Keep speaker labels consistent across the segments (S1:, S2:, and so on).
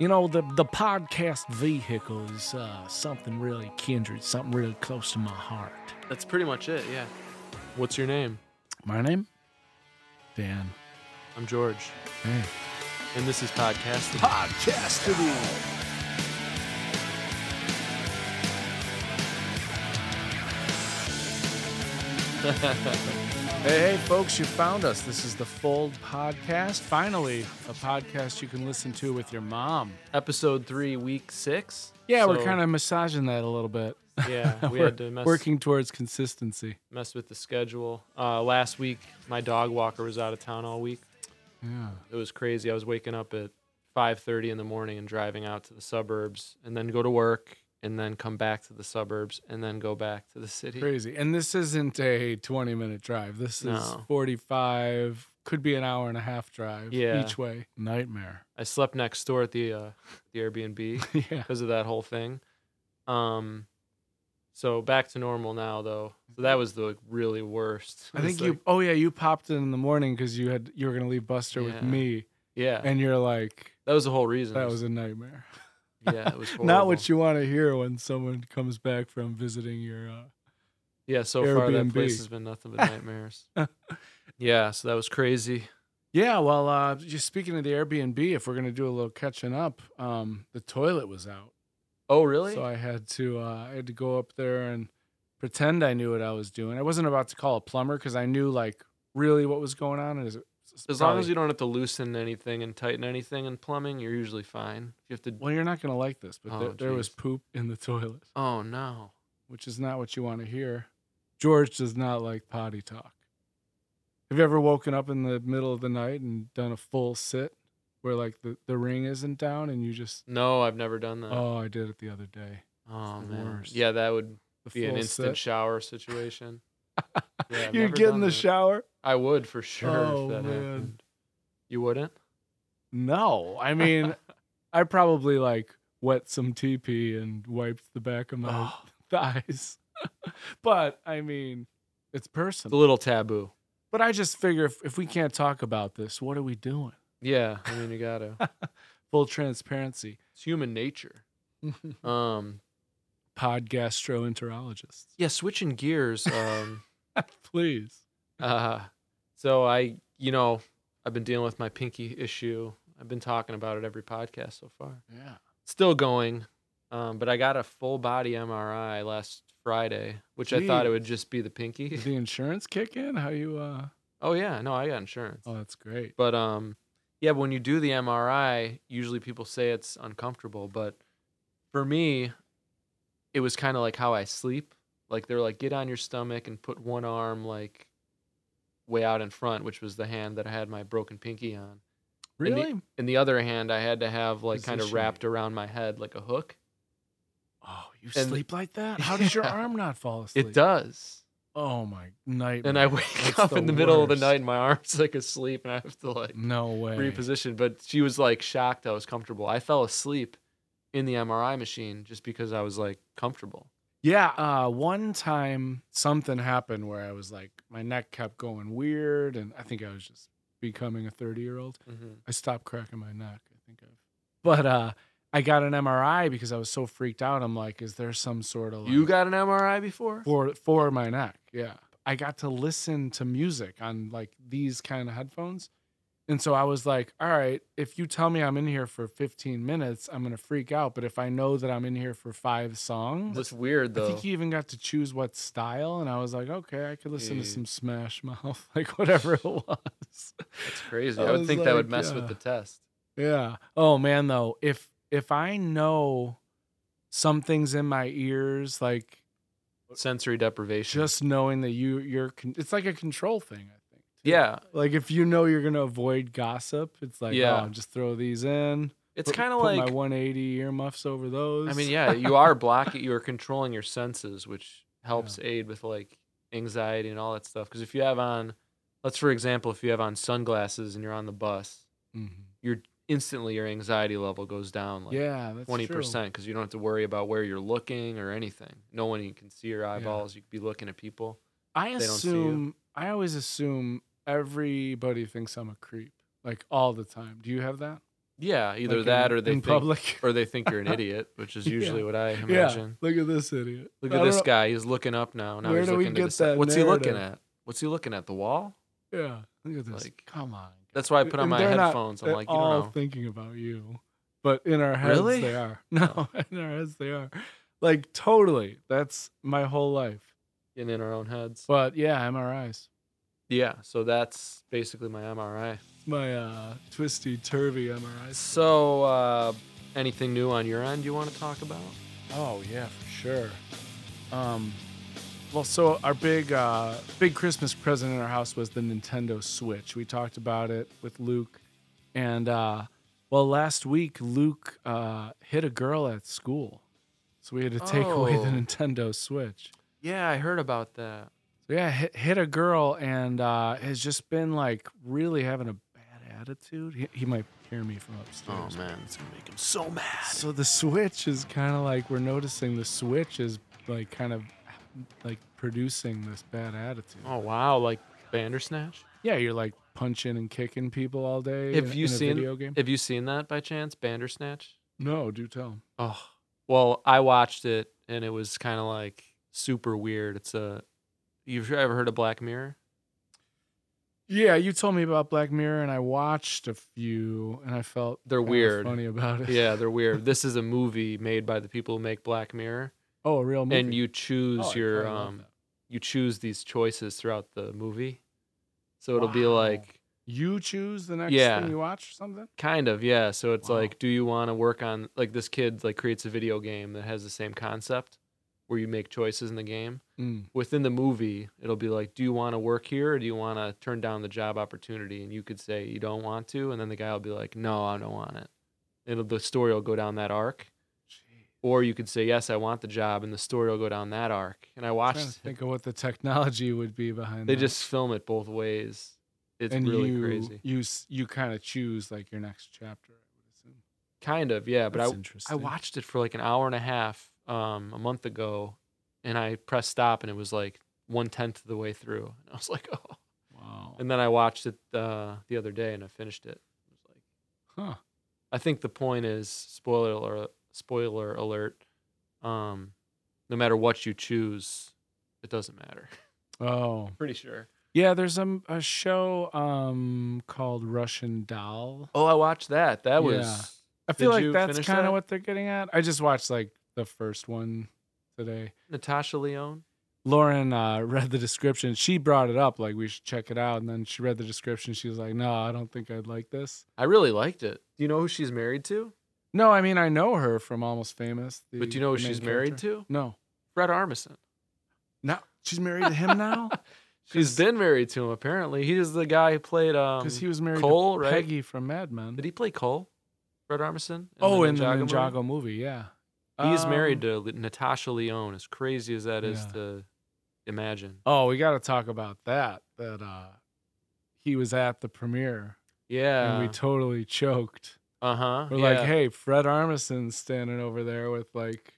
S1: You know, the, the podcast vehicle is uh, something really kindred, something really close to my heart.
S2: That's pretty much it, yeah. What's your name?
S1: My name? Dan.
S2: I'm George,
S1: Hey.
S2: and this is Podcasting.
S1: Podcasting! Hey, hey, folks, you found us. This is the Fold Podcast. Finally, a podcast you can listen to with your mom.
S2: Episode three, week six.
S1: Yeah, we're kind of massaging that a little bit.
S2: of yeah. We
S1: We're
S2: had to mess,
S1: working towards consistency.
S2: mess with the schedule. Uh, last week, my dog walker was out of town all week.
S1: Yeah.
S2: It was crazy. I was waking up at 5:30 in the morning and driving out to the suburbs, and then go to work, and then come back to the suburbs, and then go back to the city.
S1: Crazy. And this isn't a 20 minute drive. This is
S2: No.
S1: 45, could be an hour and a half drive
S2: Yeah.
S1: each way. Nightmare.
S2: I slept next door at the uh, the Airbnb.
S1: yeah.
S2: because of that whole thing. Um, so back to normal now though. So that was the really worst.
S1: I
S2: It's
S1: think you,
S2: like-
S1: oh yeah, you popped in in the morning because you had, you were going to leave Buster
S2: Yeah.
S1: with me.
S2: Yeah,
S1: And you're like,
S2: that was the whole reason.
S1: that was a nightmare.
S2: yeah, it was
S1: Not what
S2: horrible.
S1: you want to hear when someone comes back from visiting your, uh,
S2: Yeah, so far that
S1: Airbnb.
S2: place has been nothing but nightmares. yeah, so that was crazy.
S1: Yeah, well, uh, just speaking of the Airbnb, if we're gonna do a little catching up, um, the toilet was out,
S2: Oh really?
S1: so I had to uh, I had to go up there and pretend I knew what I was doing. I wasn't about to call a plumber because I knew like really what was going on. And as
S2: as long as you don't have to loosen anything and tighten anything in plumbing, you're usually fine. You have to.
S1: well, you're not gonna like this, but
S2: Oh,
S1: there, there was
S2: jeez.
S1: poop in the toilet,
S2: Oh no.
S1: which is not what you want to hear. George does not like potty talk. Have you ever woken up in the middle of the night and done a full sit where like the, the ring isn't down and you just
S2: No, I've never done that. Oh,
S1: oh I did it the other day. the
S2: man.
S1: worst.
S2: Yeah, that would
S1: the
S2: be an
S1: full
S2: instant
S1: set.
S2: shower situation. Yeah, I've
S1: You'd
S2: never
S1: get
S2: done
S1: in the
S2: that.
S1: shower?
S2: I would for sure
S1: Oh,
S2: if that
S1: man.
S2: happened. You wouldn't?
S1: No, I mean, I probably like wet some TP and wiped the back of my
S2: Oh.
S1: thighs. but I mean, it's
S2: It's a
S1: personal.
S2: little taboo.
S1: But I just figure if, if we can't talk about this, what are we doing?
S2: Yeah, I mean you gotta.
S1: Full transparency.
S2: It's human nature. Um,
S1: Pod gastroenterologists,
S2: yeah, switching gears. Um,
S1: please.
S2: uh, so I, you know, I've been dealing with my pinky issue. I've been talking about it every podcast so far.
S1: Yeah.
S2: Still going, um, but I got a full body MRI last Friday, which I thought it would just be the pinky.
S1: Did the insurance kick in? How you, uh,
S2: oh yeah, no, I got insurance.
S1: oh, that's great.
S2: But um, yeah, when you do the MRI, usually people say it's uncomfortable, but for me, it was kind of like how I sleep. Like they're like, get on your stomach and put one arm like way out in front, which was the hand that I had my broken pinky on. And the-
S1: Really?
S2: And the other hand, I had to have like kind of
S1: Positioning.
S2: wrapped around my head like a hook.
S1: oh, you
S2: and-
S1: sleep like that? How does your
S2: Yeah.
S1: arm not fall asleep?
S2: It does.
S1: Oh, my nightmare.
S2: And I wake
S1: That's
S2: up
S1: the
S2: in the middle of the
S1: worst.
S2: night and my arm's like asleep and I have to like
S1: No way.
S2: repositioned, but she was like shocked I was comfortable. I fell asleep in the MRI machine just because I was like comfortable.
S1: Yeah, uh, one time something happened where I was like, my neck kept going weird, and I think I was just becoming a 30 year old.
S2: Mm-hmm.
S1: I stopped cracking my neck. I think I've, but uh, I got an MRI because I was so freaked out. I'm like, is there some sort of like,
S2: You got an MRI before?
S1: for for my neck? Yeah, I got to listen to music on like these kind of headphones, and so I was like, all right, if you tell me I'm in here for 15 minutes, I'm gonna freak out. But if I know that I'm in here for five songs,
S2: That's weird
S1: I
S2: though.
S1: think he even got to choose what style, and I was like, okay, I could listen to
S2: Yeah.
S1: some Smash Mouth, like whatever it was.
S2: That's crazy.
S1: I
S2: I, would
S1: was
S2: think that would
S1: like,
S2: mess
S1: uh,
S2: with the test.
S1: yeah. Oh man, though, if if I know something's in my ears, like
S2: Sensory deprivation.
S1: just knowing that you you're, con- it's like a control thing. I think. too.
S2: yeah,
S1: Like if you know you're gonna avoid gossip, it's like,
S2: Yeah.
S1: oh, just throw these in.
S2: it's
S1: put-
S2: kind of
S1: put
S2: like
S1: my 180 earmuffs over those.
S2: I mean, yeah, you are blocking, you are controlling your senses, which helps aid with like anxiety and all that stuff. Because if you have on, let's for example, if you have on sunglasses and you're on the bus,
S1: Mhm.
S2: instantly your anxiety level goes down. Like,
S1: yeah, that's
S2: twenty
S1: true.
S2: percent because you don't have to worry about where you're looking or anything. No one can see your eyeballs. You could be looking at people.
S1: I
S2: they don't see you.
S1: assume I always assume everybody thinks I'm a creep, like all the time. Do you have that?
S2: Yeah, either
S1: like, in-
S2: that or they
S1: in
S2: think,
S1: public.
S2: or they think you're an idiot, which is
S1: Yeah.
S2: usually what I
S1: yeah,
S2: imagine.
S1: look at this idiot.
S2: Look
S1: I
S2: at
S1: don't
S2: this
S1: know-
S2: guy. He's looking up now. Now
S1: Where
S2: he's
S1: do we
S2: looking
S1: get
S2: to the side.
S1: that
S2: What's he looking
S1: narrative?
S2: at? What's he looking at? The wall?
S1: Yeah, look at this.
S2: Like,
S1: come on.
S2: That's why I put on
S1: And
S2: my
S1: they're not
S2: headphones. I'm
S1: at
S2: like, you
S1: all
S2: know,
S1: thinking about you, but in our heads
S2: Really? Oh.
S1: they are. No, in our heads they are. Like totally. That's my whole life.
S2: in, in our own heads.
S1: But yeah, MRIs.
S2: Yeah, so that's basically my MRI.
S1: It's my uh, twisty turvy MRIs.
S2: So, uh, anything new on your end you want to talk about?
S1: Oh yeah, for sure. Um, well, so our big uh, big Christmas present in our house was the Nintendo Switch. We talked about it with Luke, and uh, well, last week Luke uh, hit a girl at school, so we had to take away the
S2: Oh.
S1: Nintendo Switch.
S2: Yeah, I heard about that.
S1: So yeah, hit, hit a girl and uh, has just been like really having a bad attitude. He, he might hear me from upstairs.
S2: Oh man, it's gonna make him so mad.
S1: So the Switch is kind of like we're noticing the Switch is like kind of like producing this bad attitude.
S2: Oh wow, like Bandersnatch.
S1: Yeah, you're like punching and kicking people all day.
S2: Have
S1: in, a-
S2: you
S1: in
S2: seen-
S1: a video game?
S2: Have you seen that by chance, Bandersnatch?
S1: No, do tell.
S2: Oh, well, I watched it and it was kind of like super weird. It's a. You've ever heard of Black Mirror?
S1: Yeah, you told me about Black Mirror, and I watched a few, and I felt
S2: They're
S1: kinda
S2: weird.
S1: funny about it.
S2: Yeah, they're weird. this is a movie made by the people who make Black Mirror,
S1: Oh, a real movie.
S2: and
S1: Oh,
S2: you
S1: I
S2: choose
S1: totally
S2: your
S1: love
S2: um,
S1: that.
S2: you choose these choices throughout the movie. So it'll be
S1: Wow.
S2: like
S1: you choose the next
S2: Yeah.
S1: thing you watch or something.
S2: kind of yeah. So it's
S1: Wow.
S2: like, do you want to work on like this kid like creates a video game that has the same concept, where you make choices in the game.
S1: Mm.
S2: within the movie, it'll be like, do you want to work here or do you want to turn down the job opportunity? And you could say you don't want to, and then the guy will be like, no, I don't want it. It'll the story will go down that arc,
S1: Gee,
S2: or you could say yes, I want the job, and the story will go down that arc. And I
S1: I'm trying to
S2: watched.
S1: think of what the technology would be behind.
S2: They
S1: that.
S2: just film it both ways. It's
S1: and
S2: really
S1: you,
S2: crazy.
S1: You s- you kind of choose like your next chapter. I would assume.
S2: Kind of, yeah. But I
S1: That's
S2: I
S1: interesting.
S2: watched it for like an hour and a half um, a month ago, and I pressed stop, and it was like one tenth of the way through, and I was like, oh.
S1: Wow.
S2: And then I watched it uh, the other day and I finished it. I was like,
S1: Huh.
S2: I think the point is spoiler alert, spoiler alert. Um, no matter what you choose, it doesn't matter.
S1: Oh.
S2: Pretty sure.
S1: Yeah. There's a, a show um called Russian Doll.
S2: Oh, I watched that. That was
S1: Yeah. I feel
S2: Did
S1: like
S2: you
S1: that's
S2: finish
S1: kind of
S2: that?
S1: what they're getting at. I just watched like the first one today.
S2: Natasha Leone.
S1: Lauren uh, read the description. She brought it up like we should check it out, and then she read the description. She was like, "No, I don't think I'd like this."
S2: I really liked it. Do you know who she's married to?
S1: No, I mean I know her from Almost Famous.
S2: but do you know who she's married to?
S1: No,
S2: Fred Armisen.
S1: no, she's married to him now
S2: She's
S1: 'Cause-
S2: been married to him apparently. He is the guy who played um
S1: because he was married to
S2: Cole, right?
S1: Peggy from Mad Men.
S2: Did he play Cole? Fred Armisen? in
S1: oh, in the
S2: movie?
S1: Ninjago movie, yeah.
S2: He's married
S1: Um,
S2: to Le- Natasha Leone. As crazy as that is
S1: yeah.
S2: to imagine.
S1: Oh, we got to talk about that. That uh, he was at the premiere
S2: Yeah.
S1: and we totally choked.
S2: uh huh.
S1: We're like, hey, Fred Armisen's standing over there with like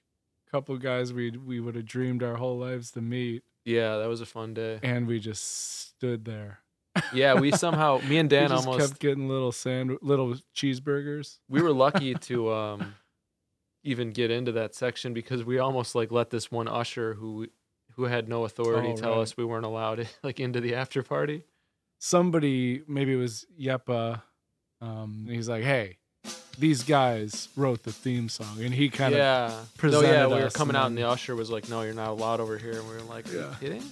S1: a couple guys we we would have dreamed our whole lives to meet,
S2: Yeah, that was a fun day.
S1: and we just stood there.
S2: Yeah, we somehow, me and
S1: We
S2: Dan
S1: just
S2: almost,
S1: kept getting little sand, little cheeseburgers.
S2: we were lucky to um, even get into that section because we almost like let this one usher who who had no authority
S1: Oh,
S2: tell
S1: right.
S2: us we weren't allowed like into the after party.
S1: Somebody, maybe it was Yepa, um, and he's like, hey. These guys wrote the theme song, and he kind of
S2: yeah. No,
S1: presented
S2: yeah, we were
S1: us
S2: coming
S1: and
S2: out and the
S1: then-
S2: usher was like, "No, you're not allowed over here," and we were like, "Are you
S1: Yeah.
S2: kidding?"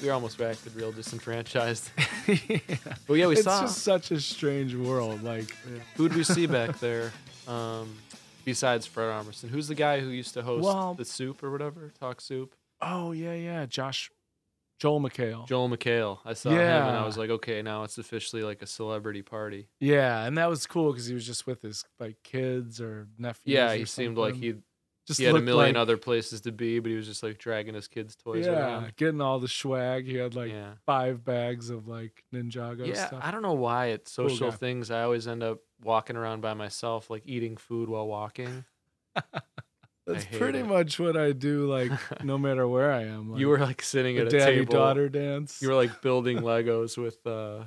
S2: We almost acted real disenfranchised. But yeah, we
S1: it's
S2: saw.
S1: just such a strange world. Like,
S2: Who'd we see back there? Um, besides Fred Armisen, who's the guy who used to host
S1: Well-
S2: the Soup or whatever, Talk Soup?
S1: oh yeah, yeah, Josh, Joel McHale.
S2: Joel McHale. I saw him and I
S1: Yeah.
S2: was like, okay, now it's officially like a celebrity party.
S1: Yeah, and that was cool because he was just with his like kids or nephews.
S2: yeah,
S1: or
S2: he seemed like
S1: something.
S2: he
S1: just
S2: he had a
S1: looked
S2: million
S1: like-
S2: other places to be, but he was just like dragging his kids' toys
S1: Yeah,
S2: around.
S1: getting all the swag. He had like
S2: yeah,
S1: five bags of like Ninjago
S2: yeah.
S1: stuff.
S2: I don't know why at
S1: Cool
S2: social
S1: guy.
S2: things I always end up walking around by myself, like eating food while walking.
S1: That's
S2: hate
S1: pretty
S2: it.
S1: much what I do. Like, no matter where I am, like,
S2: you were like sitting
S1: the
S2: at a
S1: daddy
S2: table.
S1: daughter dance.
S2: You were like building Legos with uh,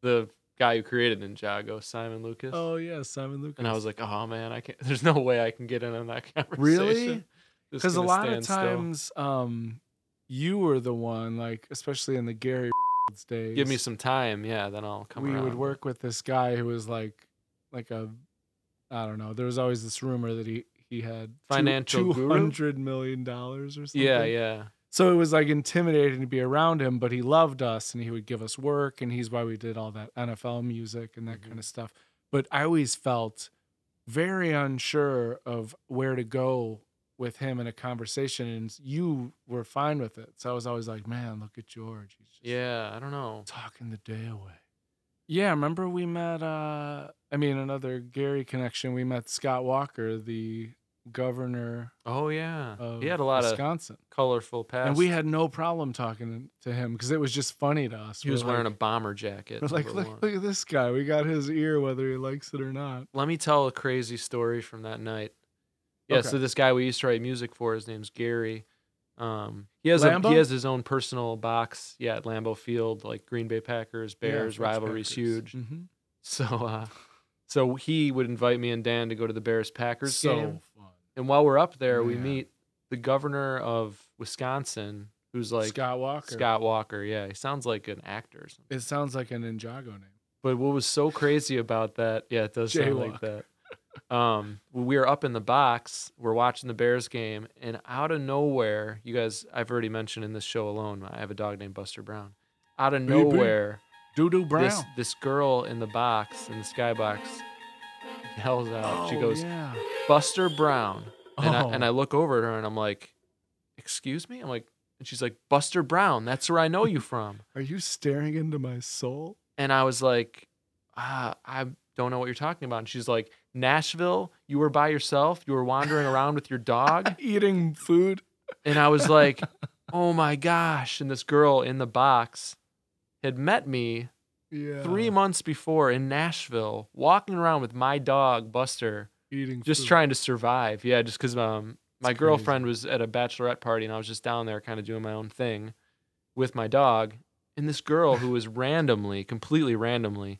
S2: the guy who created Ninjago, Simon Lucas.
S1: Oh yeah, Simon Lucas.
S2: And I was like, oh man, I can't. There's no way I can get in on that conversation.
S1: really?
S2: Just
S1: Because a
S2: gonna
S1: lot of
S2: stand still.
S1: times, um, you were the one, like especially in the Gary days.
S2: give me some time. Yeah, then I'll come.
S1: we would
S2: around.
S1: work with this guy who was like, like a, I don't know. There was always this rumor that he he had
S2: Financial
S1: two
S2: guru?
S1: hundred million dollars or something.
S2: Yeah, yeah.
S1: So it was like intimidating to be around him, but he loved us and he would give us work. And he's why we did all that NFL music and that
S2: Mhm.
S1: kind of stuff. But I always felt very unsure of where to go with him in a conversation. And you were fine with it. So I was always like, man, look at George. He's just
S2: Yeah, I don't know.
S1: talking the day away. Yeah, remember we met uh I mean another Gary connection, we met Scott Walker, the governor
S2: Oh yeah,
S1: of
S2: he had a lot of
S1: Wisconsin.
S2: colorful past.
S1: And we had no problem talking to him because it was just funny to us.
S2: He was wearing a bomber jacket.
S1: we're like,
S2: number
S1: look,
S2: one.
S1: look at this guy. We got his ear whether he likes it or not.
S2: Let me tell a crazy story from that night. Yeah,
S1: Okay.
S2: so this guy we used to write music for, his name's Gary. Um, he has a,
S1: Lambeau?
S2: he has his own personal box. Yeah, at Lambeau Field, like Green Bay Packers, Bears rivalry's huge.
S1: Mm-hmm.
S2: So, uh, so he would invite me and Dan to go to the Bears Packers
S1: So
S2: game.
S1: fun.
S2: And while we're up there, we
S1: Yeah.
S2: meet the governor of Wisconsin, who's like
S1: Scott Walker.
S2: Scott Walker. Yeah, he sounds like an actor or something.
S1: It sounds like a Ninjago name.
S2: But what was so crazy about that? Yeah, it does sound like
S1: Jaywalk.
S2: that. Um, we were up in the box, we're watching the Bears game, and out of nowhere, you guys, I've already mentioned in this show alone, I have a dog named Buster Brown. Out of
S1: Baby.
S2: nowhere,
S1: Doo Doo Brown.
S2: this uh, this girl in the box in the skybox yells out. she
S1: Oh,
S2: goes,
S1: yeah.
S2: Buster Brown. And,
S1: Oh.
S2: I, and I look over at her and I'm like, Excuse me? I'm like, and she's like, Buster Brown, that's where I know you from.
S1: Are you staring into my soul?
S2: And I was like, ah, I don't know what you're talking about. And she's like, Nashville, you were by yourself, you were wandering around with your dog.
S1: Eating food.
S2: And I was like, oh my gosh. And this girl in the box had met me
S1: Yeah.
S2: three months before in Nashville, walking around with my dog, Buster,
S1: eating
S2: just
S1: food.
S2: trying to survive. Yeah, just because um, my
S1: That's Hmm. crazy.
S2: girlfriend was at a bachelorette party and I was just down there kind of doing my own thing with my dog. And this girl who was randomly, completely randomly,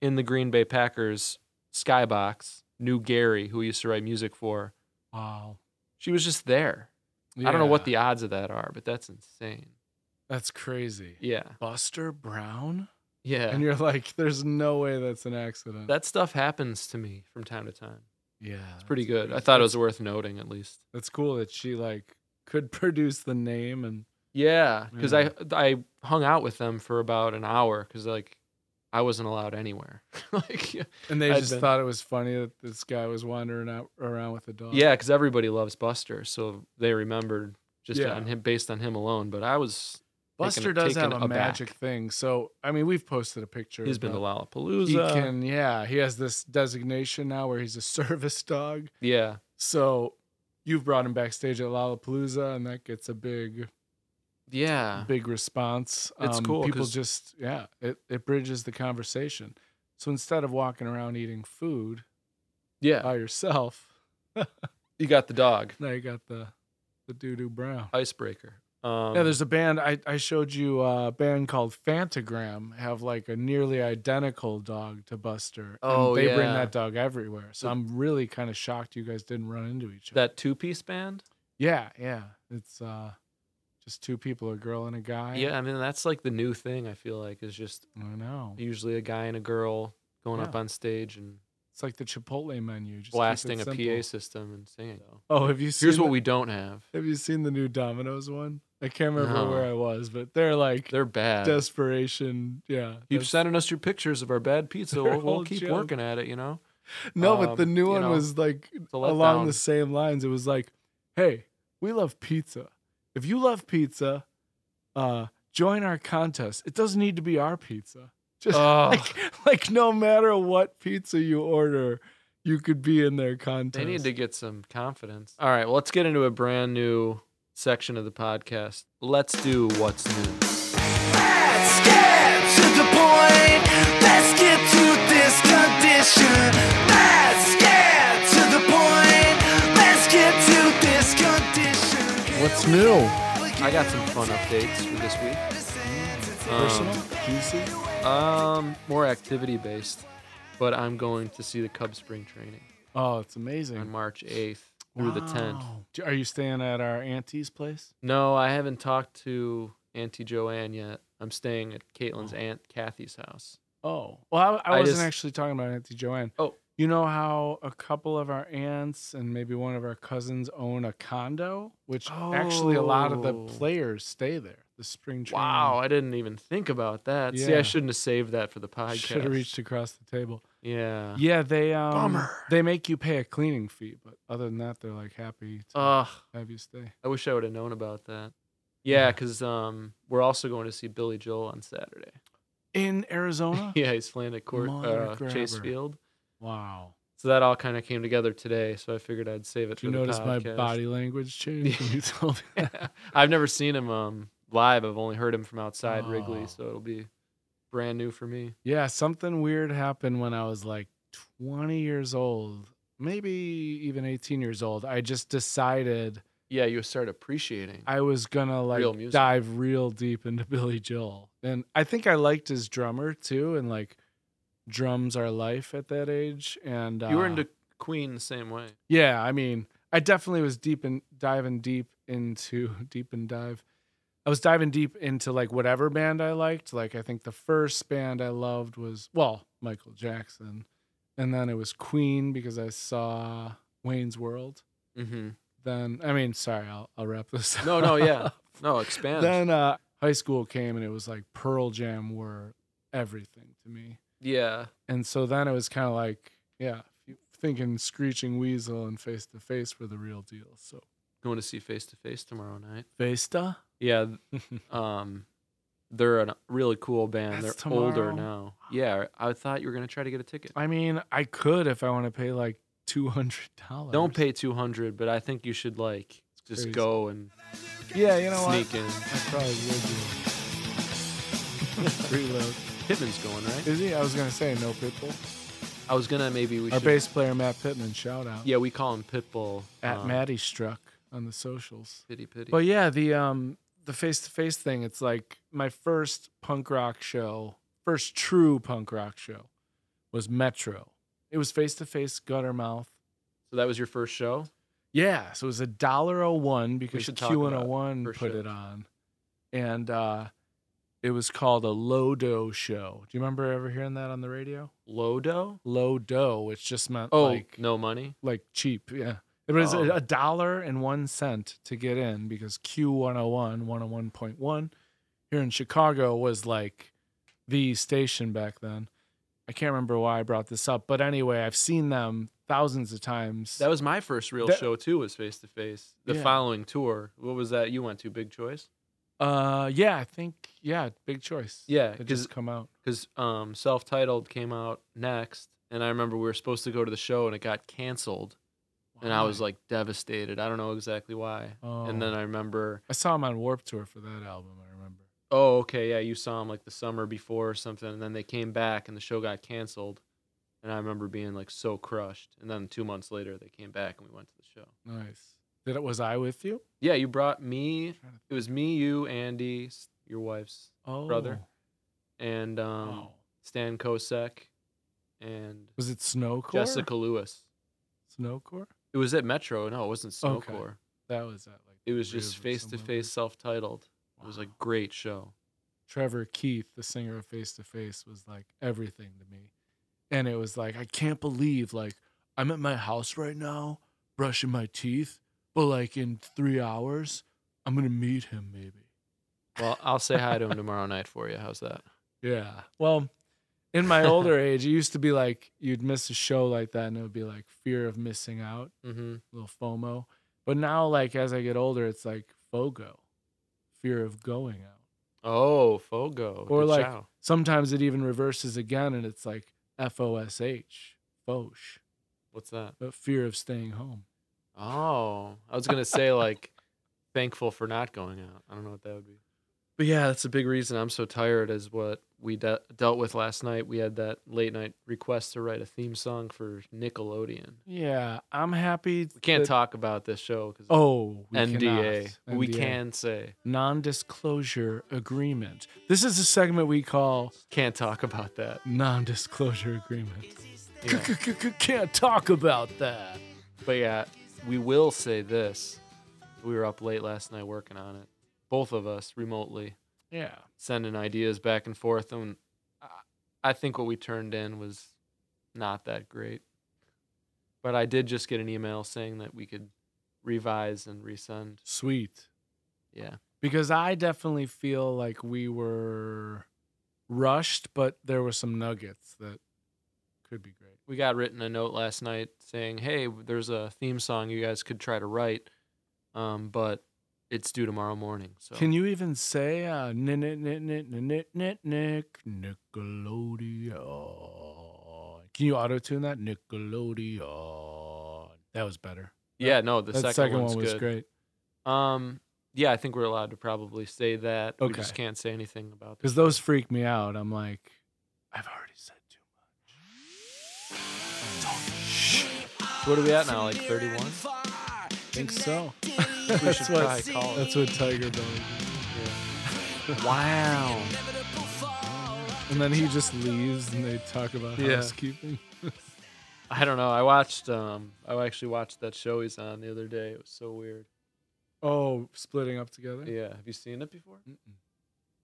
S2: in the Green Bay Packers skybox knew Gary, who I used to write music for.
S1: Wow.
S2: She was just there. I don't know what
S1: Yeah.
S2: the odds of that are, but that's insane.
S1: That's crazy.
S2: Yeah.
S1: Buster Brown?
S2: Yeah.
S1: And you're like, there's no way that's an accident.
S2: that stuff happens to me from time to time.
S1: yeah.
S2: It's pretty
S1: that's
S2: good. I
S1: crazy.
S2: thought it
S1: That's-
S2: was worth noting at least.
S1: That's cool that she like could produce the name and
S2: Yeah, because
S1: Yeah.
S2: I I hung out with them for about an hour because like I wasn't allowed anywhere. like yeah,
S1: and they
S2: I'd
S1: just
S2: been-
S1: thought it was funny that this guy was wandering out around with a dog.
S2: because everybody loves Buster, so they remembered just
S1: Yeah.
S2: on him based on him alone. But I was
S1: Buster
S2: taken-
S1: does have
S2: taken
S1: a
S2: aback.
S1: magic thing. So I mean, we've posted a picture.
S2: he's been to
S1: about-
S2: Lollapalooza.
S1: He can, yeah. He has this designation now where he's a service dog.
S2: yeah,
S1: So you've brought him backstage at Lollapalooza, and that gets a big,
S2: yeah,
S1: big response. Um,
S2: It's cool
S1: People
S2: 'cause-
S1: just, yeah, it, it bridges the conversation. So instead of walking around eating food
S2: yeah.
S1: by yourself,
S2: you got the dog
S1: now you got the the doo doo brown.
S2: icebreaker. Um,
S1: yeah, there's a band I, I showed you uh, a band called Fantagram have like a nearly identical dog to Buster. and
S2: Oh,
S1: they bring
S2: yeah.
S1: that dog everywhere. So
S2: The-
S1: I'm really kind of shocked you guys didn't run into each other.
S2: that two piece band.
S1: yeah, yeah. It's uh just two people, a girl and a guy.
S2: Yeah, I mean that's like the new thing. I feel like is just
S1: I know.
S2: usually a guy and a girl going up
S1: Yeah.
S2: on stage and
S1: It's like the Chipotle menu. Just keep it
S2: blasting a
S1: simple.
S2: PA system and singing.
S1: Oh, have you seen
S2: Here's
S1: the-
S2: what we don't have.
S1: have you seen the new Domino's one? I can't remember
S2: No.
S1: where I was, but they're like
S2: They're bad.
S1: desperation. Yeah.
S2: Keep
S1: that's-
S2: sending us your pictures of our bad pizza.
S1: They're
S2: We'll, we'll
S1: all
S2: keep
S1: junk.
S2: working at it, you know?
S1: No, but the
S2: Um,
S1: new
S2: you
S1: one
S2: know,
S1: was like
S2: It's a
S1: along
S2: letdown.
S1: the same lines. It was like, hey, we love pizza. If you love pizza, uh, join our contest. It doesn't need to be our pizza. Just
S2: Ugh.
S1: like, like no matter what pizza you order, you could be in their contest.
S2: They need to get some confidence. All right, well, let's get into a brand new section of the podcast. Let's do what's new.
S3: Let's get to the point. Let's get to this condition. Let's get to the point. Let's get to this condition.
S1: What's new?
S2: I got some fun updates for this week.
S1: Personal, juicy.
S2: Um, more activity based, but I'm going to see the Cubs spring training
S1: Oh, it's
S2: on
S1: amazing.
S2: March 8th through the 10th.
S1: Wow. Do- Are you staying at our auntie's place?
S2: No, I haven't talked to Auntie Joanne yet. I'm staying at Caitlin's aunt Kathy's house.
S1: Oh, well, I, I
S2: I
S1: wasn't
S2: just-
S1: actually talking about Auntie Joanne.
S2: Oh.
S1: you know how a couple of our aunts and maybe one of our cousins own a condo, which actually a lot of the
S2: Oh.
S1: players stay there. The spring training.
S2: Wow, I didn't even think about that. See,
S1: Yeah.
S2: I shouldn't have saved that for the podcast.
S1: should have reached across the table.
S2: Yeah.
S1: Yeah, they um,
S2: Uh-huh. Bummer.
S1: They make you pay a cleaning fee, but other than that, they're like happy to
S2: Ugh,
S1: have you stay.
S2: I wish I would have known about that. Yeah,
S1: Yeah.
S2: because um, we're also going to see Billy Joel on Saturday.
S1: In Arizona.
S2: yeah, he's playing at court
S1: Mother
S2: uh, Chase
S1: grabber.
S2: Field.
S1: Wow.
S2: So that all kind of came together today. So I figured I'd save it
S1: Do you
S2: for
S1: notice
S2: the
S1: my
S2: podcast.
S1: body language change when you told me that?
S2: I've never seen him um, live. I've only heard him from outside
S1: Oh.
S2: Wrigley, so it'll be brand new for me.
S1: Yeah, something weird happened when I was like 20 years old, maybe even 18 years old. I just decided
S2: Yeah, you start appreciating.
S1: I was gonna like
S2: Real music.
S1: dive real deep into Billy Joel. And I think I liked his drummer too, and like drums are life at that age. And
S2: you were
S1: uh,
S2: into Queen the same way.
S1: yeah, I mean, I definitely was deep in diving deep into deep and dive. I was diving deep into like whatever band I liked. Like I think the first band I loved was well, Michael Jackson. And then it was Queen because I saw Wayne's World.
S2: Mm-hmm.
S1: Then I mean, sorry, I'll I'll wrap this up.
S2: No, no, yeah. No, expand.
S1: then uh high school came and it was like Pearl Jam were everything to me.
S2: yeah.
S1: And so then it was kind of like, yeah, thinking Screeching Weasel and Face to Face were the real deal. So
S2: Going to see Face to Face tomorrow night.
S1: Vesta,
S2: Yeah. th- um, they're a really cool band.
S1: That's
S2: they're older
S1: tomorrow?
S2: now. Yeah, I thought you were gonna try to get a ticket.
S1: I mean, I could if I want to pay like two hundred dollars.
S2: Don't pay two hundred, but I think you should like just
S1: crazy.
S2: go and
S1: Yeah, you know
S2: sneak
S1: what?
S2: in.
S1: I probably would do. Reload.
S2: Pittman's going right.
S1: Is he? I was gonna say no Pitbull.
S2: I was gonna maybe we
S1: Our
S2: should.
S1: bass player Matt Pittman, shout out
S2: Yeah, we call him Pitbull.
S1: at
S2: um,
S1: Matty Struck on the socials.
S2: Pity, pity.
S1: But yeah, the um the face to face thing, it's like my first punk rock show, first true punk rock show was Metro. It was face to face gutter mouth.
S2: so that was your first show.
S1: Yeah, so it was a dollar oh one because
S2: should talk
S1: Q
S2: about
S1: and one
S2: for
S1: put
S2: sure.
S1: it on. And uh it was called a Lodo show. Do you remember ever hearing that on the radio?
S2: Lodo.
S1: Lodo, which just meant
S2: Oh,
S1: like
S2: no money.
S1: like cheap. Yeah. It was
S2: Oh.
S1: a dollar and one cent to get in because Q101, 101.1 here in Chicago was like the station back then. I can't remember why I brought this up, but anyway, I've seen them thousands of times.
S2: That was my first real
S1: That-
S2: show too. Was face to face. The
S1: Yeah.
S2: following tour. What was that you went to? Big Choice.
S1: uh, yeah, I think, yeah, big choice.
S2: Yeah,
S1: It
S2: 'cause-
S1: just come out.
S2: because um, self titled came out next, and I remember we were supposed to go to the show and it got canceled, and I was
S1: Why?
S2: like devastated. I don't know exactly why. And then
S1: Oh.
S2: I remember,
S1: I saw him on Warp Tour for that album, I remember.
S2: oh, okay, yeah, you saw him like the summer before or something, and then they came back and the show got canceled, and I remember being like so crushed. And then two months later, they came back and we went to the show.
S1: Nice. Did it, was I with you?
S2: Yeah, you brought me.
S1: Trying to think.
S2: It was me, you, Andy, s- your wife's,
S1: Oh,
S2: Brother. and um,
S1: wow.
S2: Stan Kosek, and
S1: Was it Snowcore?
S2: Jessica Lewis.
S1: Snowcore?
S2: It was at Metro. No, it wasn't Snowcore.
S1: Okay. That was at like
S2: It was
S1: three
S2: just
S1: of us
S2: face to
S1: somewhere.
S2: face, self titled. It was a
S1: Wow.
S2: great show.
S1: Trevor Keith, the singer of Face to Face, was like everything to me. And it was like, I can't believe like I'm at my house right now brushing my teeth, but like in three hours, I'm gonna meet him maybe.
S2: Well, I'll say hi to him tomorrow night for you. How's that?
S1: Yeah. Well, in my older age, it used to be like you'd miss a show like that and it would be like fear of missing out,
S2: Mm-hmm.
S1: a little FOMO. But now, like as I get older, it's like FOGO, fear of going out.
S2: Oh, Fogo.
S1: Or
S2: good
S1: like-
S2: chow.
S1: sometimes it even reverses again and it's like F O S H, FOSH,
S2: what's that?
S1: but fear of staying home.
S2: Oh, I was gonna say like thankful for not going out. I don't know what that would be.
S1: But
S2: But yeah, that's a big reason I'm so tired is what we de- dealt with last night. We had that late night request to write a theme song for Nickelodeon.
S1: Yeah, I'm happy.
S2: We can't
S1: that-
S2: talk about this show because
S1: Oh, we
S2: NDA.
S1: cannot.
S2: We
S1: NDA.
S2: can say
S1: non-disclosure agreement. This is a segment we call
S2: can't talk about that.
S1: non-disclosure agreement.
S2: Yeah.
S1: Can't talk about that.
S2: But yeah, we will say this. We were up late last night working on it, both of us remotely,
S1: Yeah.
S2: sending ideas back and forth. And I- I think what we turned in was not that great. But I did just get an email saying that we could revise and resend.
S1: Sweet.
S2: Yeah.
S1: Because I definitely feel like we were rushed, but there were some nuggets that could be great.
S2: We got written a note last night saying, hey, there's a theme song you guys could try to write, um, but it's due tomorrow morning. So
S1: Can you even say uh, nit nit nit nit nit nit nit nick Nickelodeon? Can you auto tune that Nickelodeon? That was better.
S2: yeah, no, the
S1: that
S2: second, one's
S1: one was
S2: good.
S1: great
S2: Um, yeah, I think we're allowed to probably say that. We just
S1: Okay.
S2: can't say anything about
S1: because
S2: this.
S1: those freak me out. I'm like, I've already said too
S2: What are we at now? Like 31?
S1: much. I think so.
S2: We
S1: that's
S2: should
S1: what
S2: probably call it.
S1: that's what Tiger does.
S2: Wow.
S1: And then he just leaves, and they talk about
S2: Yeah.
S1: housekeeping.
S2: I don't know. I watched. Um, I actually watched that show he's on the other day. It was so weird.
S1: Oh, splitting up together.
S2: Yeah. Have you seen it before?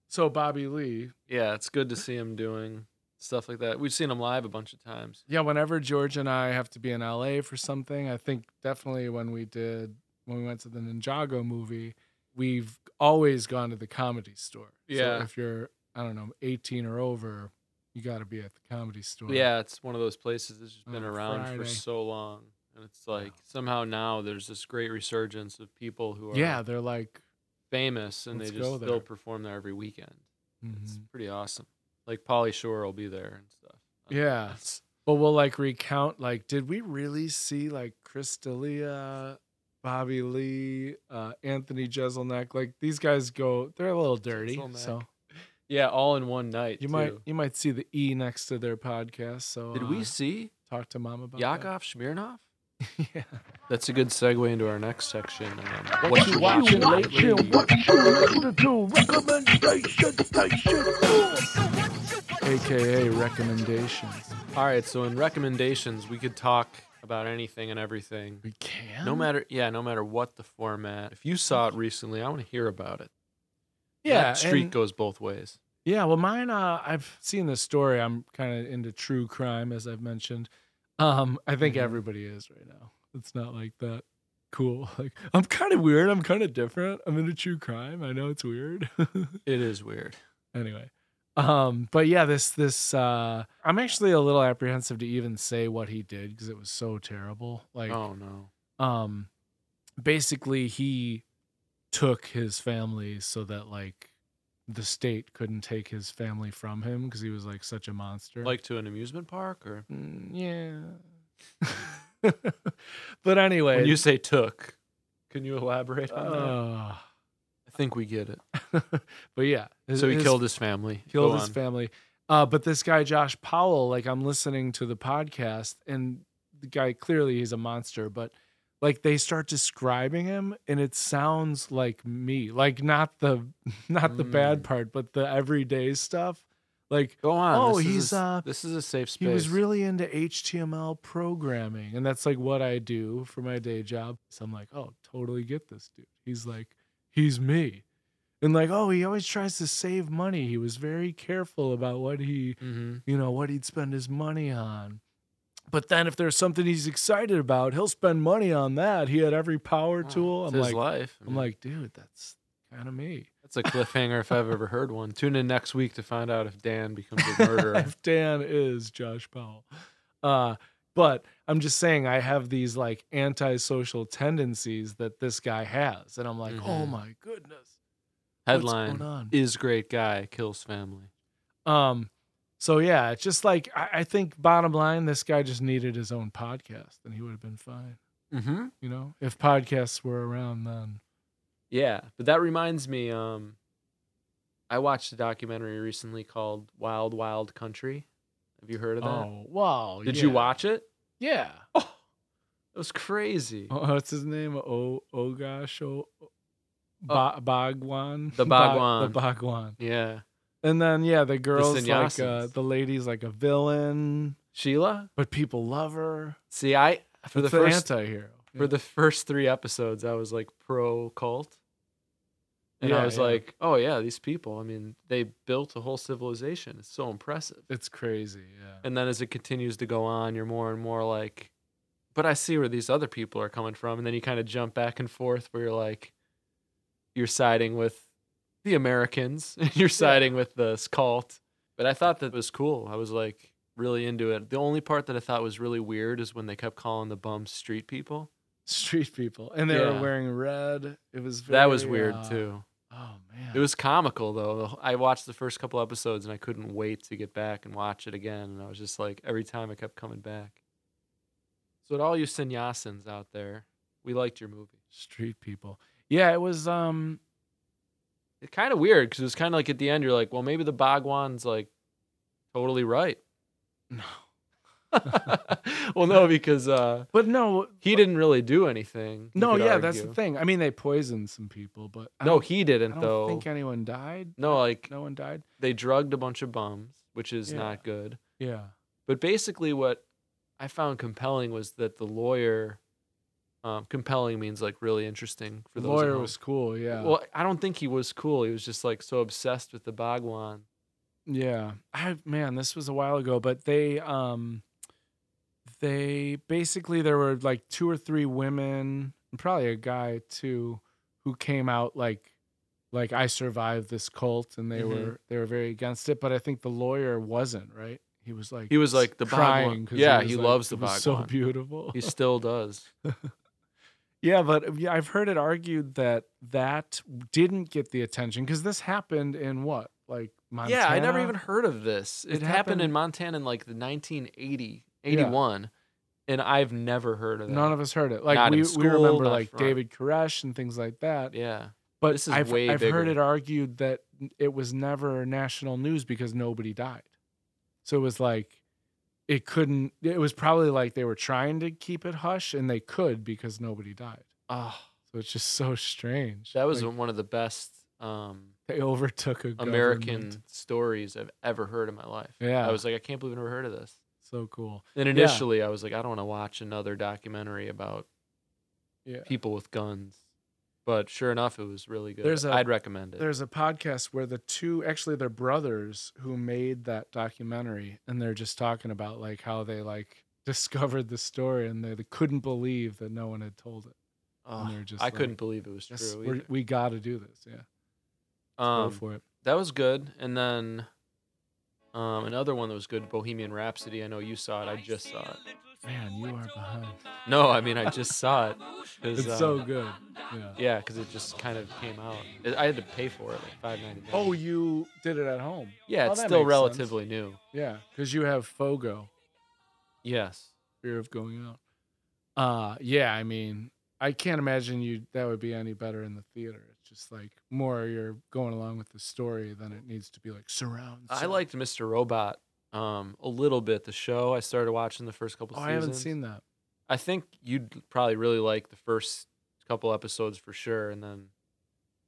S1: So Bobby Lee,
S2: Yeah, it's good to see him doing stuff like that. We've seen him live a bunch of times.
S1: yeah. Whenever George and I have to be in LA for something, I think definitely when we did when we went to the Ninjago movie, we've always gone to the comedy store.
S2: Yeah.
S1: So if you're, I don't know, 18 or over, you got to be at the comedy store.
S2: Yeah, it's one of those places that's just been
S1: On
S2: around for
S1: Oh, Friday.
S2: so long, and it's like somehow now there's this great resurgence of people who are
S1: Yeah, they're like.
S2: famous, and
S1: Let's
S2: they
S1: go
S2: just
S1: there.
S2: still perform there every weekend. It's
S1: mhm.
S2: pretty awesome. Like Polly Shore will be there and stuff.
S1: Yeah.
S2: That's-
S1: But we'll like recount like, did we really see like Chris D'Elia, Bobby Lee, uh, Anthony Jeselnik? Like these guys go, they're a little dirty.
S2: Jeselnik.
S1: So
S2: Yeah, all in one night.
S1: you might
S2: too.
S1: you might see the E next to their podcast. So
S2: Did we
S1: uh,
S2: see
S1: talk to mom about that?
S2: Yakov Smirnov?
S1: yeah.
S2: That's a good segue into our next section. Um, what,
S3: What
S2: you
S3: you
S2: watching
S3: watching
S2: lately?
S1: AKA recommendations.
S2: All right, so in recommendations, we could talk about anything and everything.
S1: We can.
S2: No matter, yeah, no matter what the format. If you saw it recently, I want to hear about it.
S1: Yeah.
S2: that streak
S1: and-
S2: goes both ways.
S1: Yeah, well, mine. Uh, I've seen this story. I'm kind of into true crime, as I've mentioned. Um, I think
S2: Mhm.
S1: everybody is right now. It's not like that cool. Like I'm kind of weird. I'm kind of different. I'm into true crime. I know it's weird.
S2: It is weird.
S1: anyway, um, but yeah, this this. Uh, I'm actually a little apprehensive to even say what he did because it was so terrible. Like,
S2: oh no.
S1: um, basically he took his family so that like the state couldn't take his family from him because he was like such a monster.
S2: Like to an amusement park, or
S1: Mm, yeah. but anyway,
S2: when you say took, can you elaborate on that?
S1: uh,
S2: I think we get it.
S1: but yeah, his-
S2: So he
S1: his-
S2: killed his family.
S1: killed
S2: Go
S1: his
S2: on.
S1: family. Uh, but this guy Josh Powell, like I'm listening to the podcast, and the guy clearly he's a monster, but like they start describing him, and it sounds like me, like not the not the bad
S2: Mm.
S1: part, but the everyday stuff. Like
S2: Go on.
S1: Oh,
S2: this is a
S1: he's,
S2: s-
S1: uh,
S2: this is a safe
S1: he
S2: space.
S1: was really into HTML programming, and that's like what I do for my day job. So I'm like, oh, totally get this dude. He's like, he's me. And like, oh, he always tries to save money. He was very careful about what he
S2: Mm-hmm.
S1: you know, what he'd spend his money on. But then if there's something he's excited about, he'll spend money on that. He had every power tool. I'm
S2: his
S1: like,
S2: life. I
S1: I'm
S2: mean,
S1: like, dude, that's kind of me.
S2: that's a cliffhanger if I've ever heard one. Tune in next week to find out if Dan becomes a murderer.
S1: if Dan is Josh Powell. Uh, but I'm just saying I have these like antisocial tendencies that this guy has. And I'm like, oh
S2: Mhm.
S1: my goodness. What's going
S2: Headline:
S1: on?
S2: Is great guy kills family.
S1: Um, so yeah, it's just like I, I think bottom line, this guy just needed his own podcast and he would have been fine.
S2: Mm-hmm.
S1: you know if podcasts were around then
S2: Yeah, but that reminds me. Um, I watched a documentary recently called Wild Wild Country. Have you heard of that?
S1: Oh, wow.
S2: Did you
S1: yeah.
S2: watch it?
S1: Yeah.
S2: Oh, it was crazy.
S1: Oh, what's his name? Oh, oh gosh, oh, ba- Bhagwan.
S2: Uh, The
S1: Ba-
S2: Bhagwan.
S1: the Bhagwan.
S2: Yeah,
S1: And then yeah, the girl's like uh,
S2: sannyasins.
S1: the lady's like a villain,
S2: Sheila.
S1: but people love her.
S2: See, I for
S1: It's
S2: the first
S1: anti-hero.
S2: for the first three episodes, I was like pro cult. And I
S1: Yeah,
S2: was
S1: yeah.
S2: like, oh, yeah, these people, I mean, they built a whole civilization. It's so impressive.
S1: it's crazy. Yeah.
S2: And then as it continues to go on, you're more and more like, but I see where these other people are coming from. And then you kind of jump back and forth where you're like, you're siding with the Americans and you're siding with this cult. But I thought that was cool. I was like really into it. The only part that I thought was really weird is when they kept calling the bums street people.
S1: Street people, and they
S2: Yeah.
S1: were wearing red. It was very,
S2: That was weird
S1: uh,
S2: too.
S1: Oh man,
S2: It was comical though. The wh- I watched the first couple episodes and I couldn't wait to get back and watch it again. And I was just like, every time I kept coming back. So to all you sannyasins out there, we liked your movie.
S1: street people. Yeah, it was. Um,
S2: It's kind of weird because it was kind of like at the end, you're like, well, maybe the Bhagwan's like totally right.
S1: no,
S2: well, no, because uh,
S1: but no,
S2: he didn't really do anything. you
S1: no.
S2: could
S1: Yeah, that's the
S2: argue.
S1: thing. I mean, they poisoned some people, but I
S2: No,
S1: don't-
S2: he
S1: I
S2: didn't
S1: don't
S2: though.
S1: think anyone died.
S2: no, like
S1: No one died.
S2: they drugged a bunch of bums, which is
S1: Yeah.
S2: not good.
S1: Yeah.
S2: But basically, what I found compelling was that the lawyer, um, compelling means like really interesting for
S1: the
S2: those. at
S1: lawyer
S2: home.
S1: was uh, cool. Yeah.
S2: Well, I don't think he was cool. He was just like so obsessed with the Bhagwan.
S1: Yeah. I man, this was a while ago, but they um they basically there were like two or three women and probably a guy too who came out like like I survived this cult and they
S2: Mhm.
S1: were they were very against it, but I think the lawyer wasn't, right? He was like
S2: He was
S1: s-
S2: like, "The Bhagwan."
S1: crying 'cause
S2: Yeah,
S1: was
S2: he
S1: like,
S2: loves the
S1: "It was So
S2: Bhagwan."
S1: beautiful.
S2: He still does.
S1: Yeah, but uh, yeah, I've heard it argued that that didn't get the attention because this happened in what, like Montana?
S2: Yeah, I never even heard of this. It,
S1: It
S2: happened, in
S1: happened-
S2: Montana in like the 1980,
S1: Yeah.
S2: 81, and I've never heard of that.
S1: None of us heard it. Like
S2: Not in
S1: we,
S2: school,
S1: we remember
S2: not
S1: like
S2: front.
S1: David Koresh and things like that.
S2: Yeah,
S1: but
S2: this is
S1: I've,
S2: way
S1: I've heard
S2: bigger.
S1: it argued that it was never national news because nobody died. So it was like it couldn't. It was probably like they were trying to keep it hush, and they could because nobody died.
S2: oh,
S1: So it's just so strange.
S2: that was
S1: Ah, Like,
S2: one of the best um,
S1: they overtook a
S2: American
S1: government.
S2: stories I've ever heard in my life.
S1: Yeah.
S2: I was like, I can't believe I never heard of this.
S1: So cool.
S2: And initially, I was like, I don't want to watch another documentary about
S1: Yeah.
S2: people with guns. But sure enough, it was really good.
S1: There's a-
S2: I'd recommend it.
S1: There's a podcast where the two actually they're brothers who made that documentary and they're just talking about like how they like discovered the story and they, they couldn't believe that no one had told it.
S2: Oh,
S1: they're just
S2: I
S1: like,
S2: couldn't believe it was
S1: Yes,
S2: true.
S1: we're-
S2: either.
S1: we got to do this. Yeah. Go
S2: Um,
S1: for it.
S2: that was good. And then um, another one that was good, Bohemian Rhapsody. I know you saw it. I just saw it.
S1: Man, you are behind.
S2: No, I mean I just saw it. 'cause,
S1: It's
S2: uh,
S1: so good. Yeah.
S2: Yeah, because it just kind of came out. It- I had to pay for it, like five ninety nine.
S1: Oh, you did it at home.
S2: yeah,
S1: well,
S2: it's
S1: that
S2: still
S1: makes sense.
S2: relatively new.
S1: Yeah, cuz you have Fogo.
S2: Yes.
S1: fear of going out. Uh yeah, I mean, I can't imagine you that would be any better in the theater. It's just like more you're going along with the story than it needs to be like surround.
S2: I
S1: sound.
S2: liked Mr. Robot um, a little bit. The show I started watching the first couple.
S1: Oh,
S2: seasons.
S1: I haven't seen that.
S2: I think you'd probably really like the first couple episodes for sure, and then,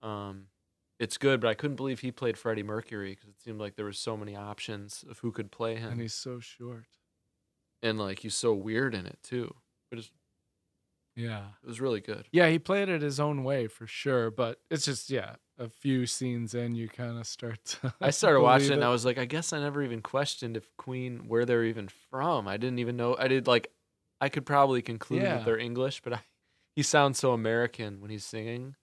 S2: um, it's good. But I couldn't believe he played Freddie Mercury because it seemed like there was so many options of who could play him,
S1: And
S2: and,
S1: he's so short.
S2: like he's so weird in it too. But it's,
S1: Yeah.
S2: it was really good.
S1: Yeah, he played it his own way for sure, but it's just yeah, a few scenes in you kind of start to
S2: I started watching it
S1: believe
S2: and I was like, I guess I never even questioned if Queen where they're even from. I didn't even know. I did like, I could probably conclude
S1: Yeah.
S2: that they're English, but I, he sounds so American when he's singing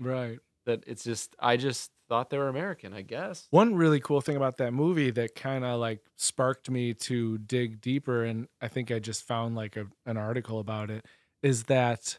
S1: Right.
S2: that it's just I just thought they were American. I guess.
S1: One really cool thing about that movie that kind of like sparked me to dig deeper, and I think I just found like a, an article about it, is that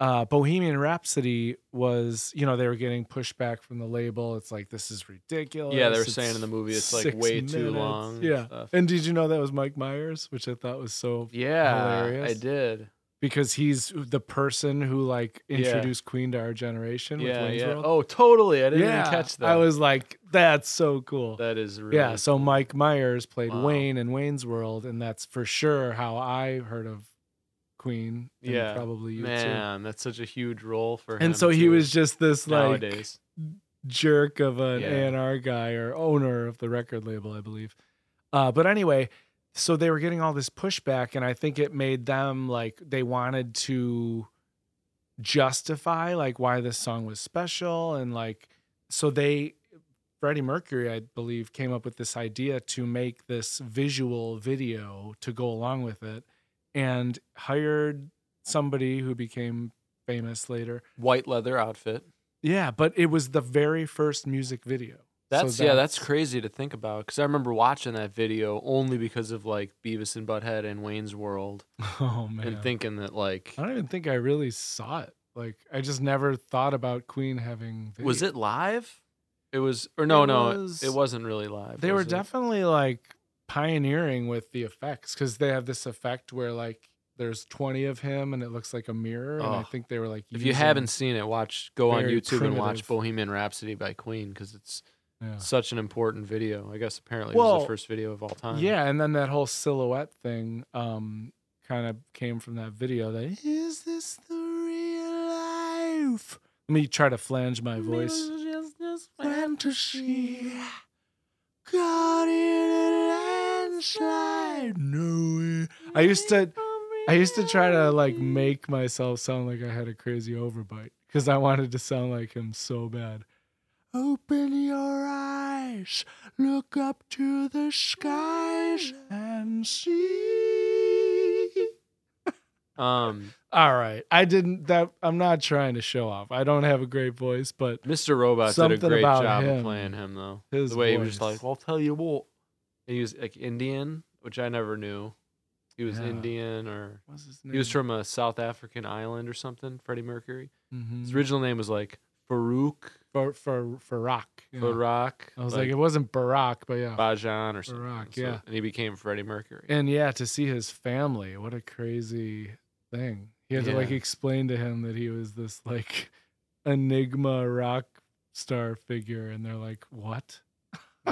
S1: uh, Bohemian Rhapsody was, you know, they were getting pushback from the label. It's like, this is ridiculous.
S2: Yeah, they were
S1: It's
S2: saying in the movie it's like
S1: six
S2: way too
S1: minutes."
S2: long. and
S1: Yeah.
S2: stuff.
S1: And did you know that was Mike Myers, which I thought was so
S2: Yeah,
S1: Hilarious.
S2: I did.
S1: because he's the person who like
S2: Yeah.
S1: introduced Queen to our generation with
S2: yeah,
S1: Wayne's
S2: yeah.
S1: World.
S2: Oh, totally. I didn't
S1: Yeah,
S2: even catch that.
S1: I was like, that's so cool.
S2: that is really
S1: yeah, so Mike Myers played
S2: Wow.
S1: Wayne in Wayne's World, and that's for sure how I heard of Queen. and
S2: Yeah,
S1: probably you too.
S2: man, that's such a huge role for him.
S1: And so he
S2: too,
S1: was just this like
S2: nowadays.
S1: jerk of an
S2: Yeah.
S1: A&R guy or owner of the record label, I believe. Uh, but anyway, so they were getting all this pushback, and I think it made them like they wanted to justify like why this song was special and like so they Freddie Mercury, I believe, came up with this idea to make this visual video to go along with it and hired somebody who became famous later
S2: white leather outfit.
S1: yeah, but it was the very first music video. So
S2: That's yeah, that's crazy to think about because I remember watching that video only because of like Beavis and Butthead and Wayne's World
S1: Oh man,
S2: and thinking that like
S1: I don't even think I really saw it. Like I just never thought about Queen having. Video.
S2: was it live? It was or no
S1: It
S2: no it-
S1: was-
S2: it wasn't really live.
S1: They were
S2: was it?
S1: definitely like pioneering with the effects because they have this effect where like there's 20 of him and it looks like a mirror. And I
S2: Oh.
S1: think they were like,
S2: If you
S1: using-
S2: haven't seen it, watch go on
S1: very
S2: YouTube and watch
S1: primitive-
S2: Bohemian Rhapsody by Queen because it's
S1: Yeah.
S2: such an important video. I guess apparently it was
S1: Well,
S2: the first video of all time.
S1: Yeah, and then that whole silhouette thing um kind of came from that video. That is this the real life? Let me try to flange my voice. fantasy caught in a landslide no way. i used to i used to try to like make myself sound like i had a crazy overbite because i wanted to sound like him so bad open your eyes look up to the skies and see
S2: Um,
S1: all right i didn't that i'm not trying to show off i don't have a great voice but
S2: Mr. Robot did
S1: Something
S2: a great
S1: about
S2: job
S1: him.
S2: of playing him though.
S1: his
S2: the way he was just
S1: voice-
S2: like, "Well, I'll tell you what," and he was like Indian, which I never knew. He was
S1: Yeah. Mm.
S2: Indian, or
S1: What's his
S2: he was
S1: name?
S2: from a South African island or something. Freddie Mercury.
S1: Mhm.
S2: His original name was like Farouk
S1: for for for rock. yeah.
S2: Farak.
S1: I was like, it wasn't Barack, but yeah,
S2: Bajan or something.
S1: Farak,
S2: So-
S1: yeah.
S2: and he became Freddie Mercury.
S1: and yeah, to see his family, what a crazy thing. He had to like
S2: Yeah.
S1: explain to him that he was this like enigma rock star figure, and they're like, "What?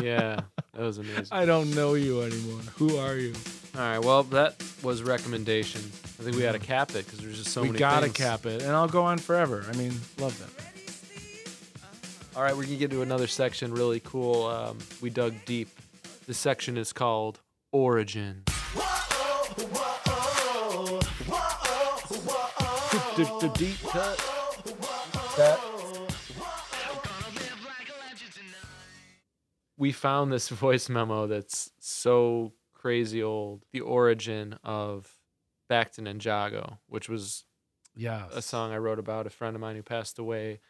S2: yeah, that was amazing.
S1: I don't know you anymore. Who are you?"
S2: All right, well, that was recommendation. I think we got to cap it because there's just so
S1: Mm. we
S2: many.
S1: gotta
S2: things.
S1: cap it, and I'll go on forever. I mean, love that.
S2: All right, we're gonna get to another section. Really cool. Um, we dug deep. This section is called Origin. Deep cut. We found this voice memo that's so crazy old. The origin of Back to Ninjago, which was
S1: Yeah,
S2: a song I wrote about a friend of mine who passed away.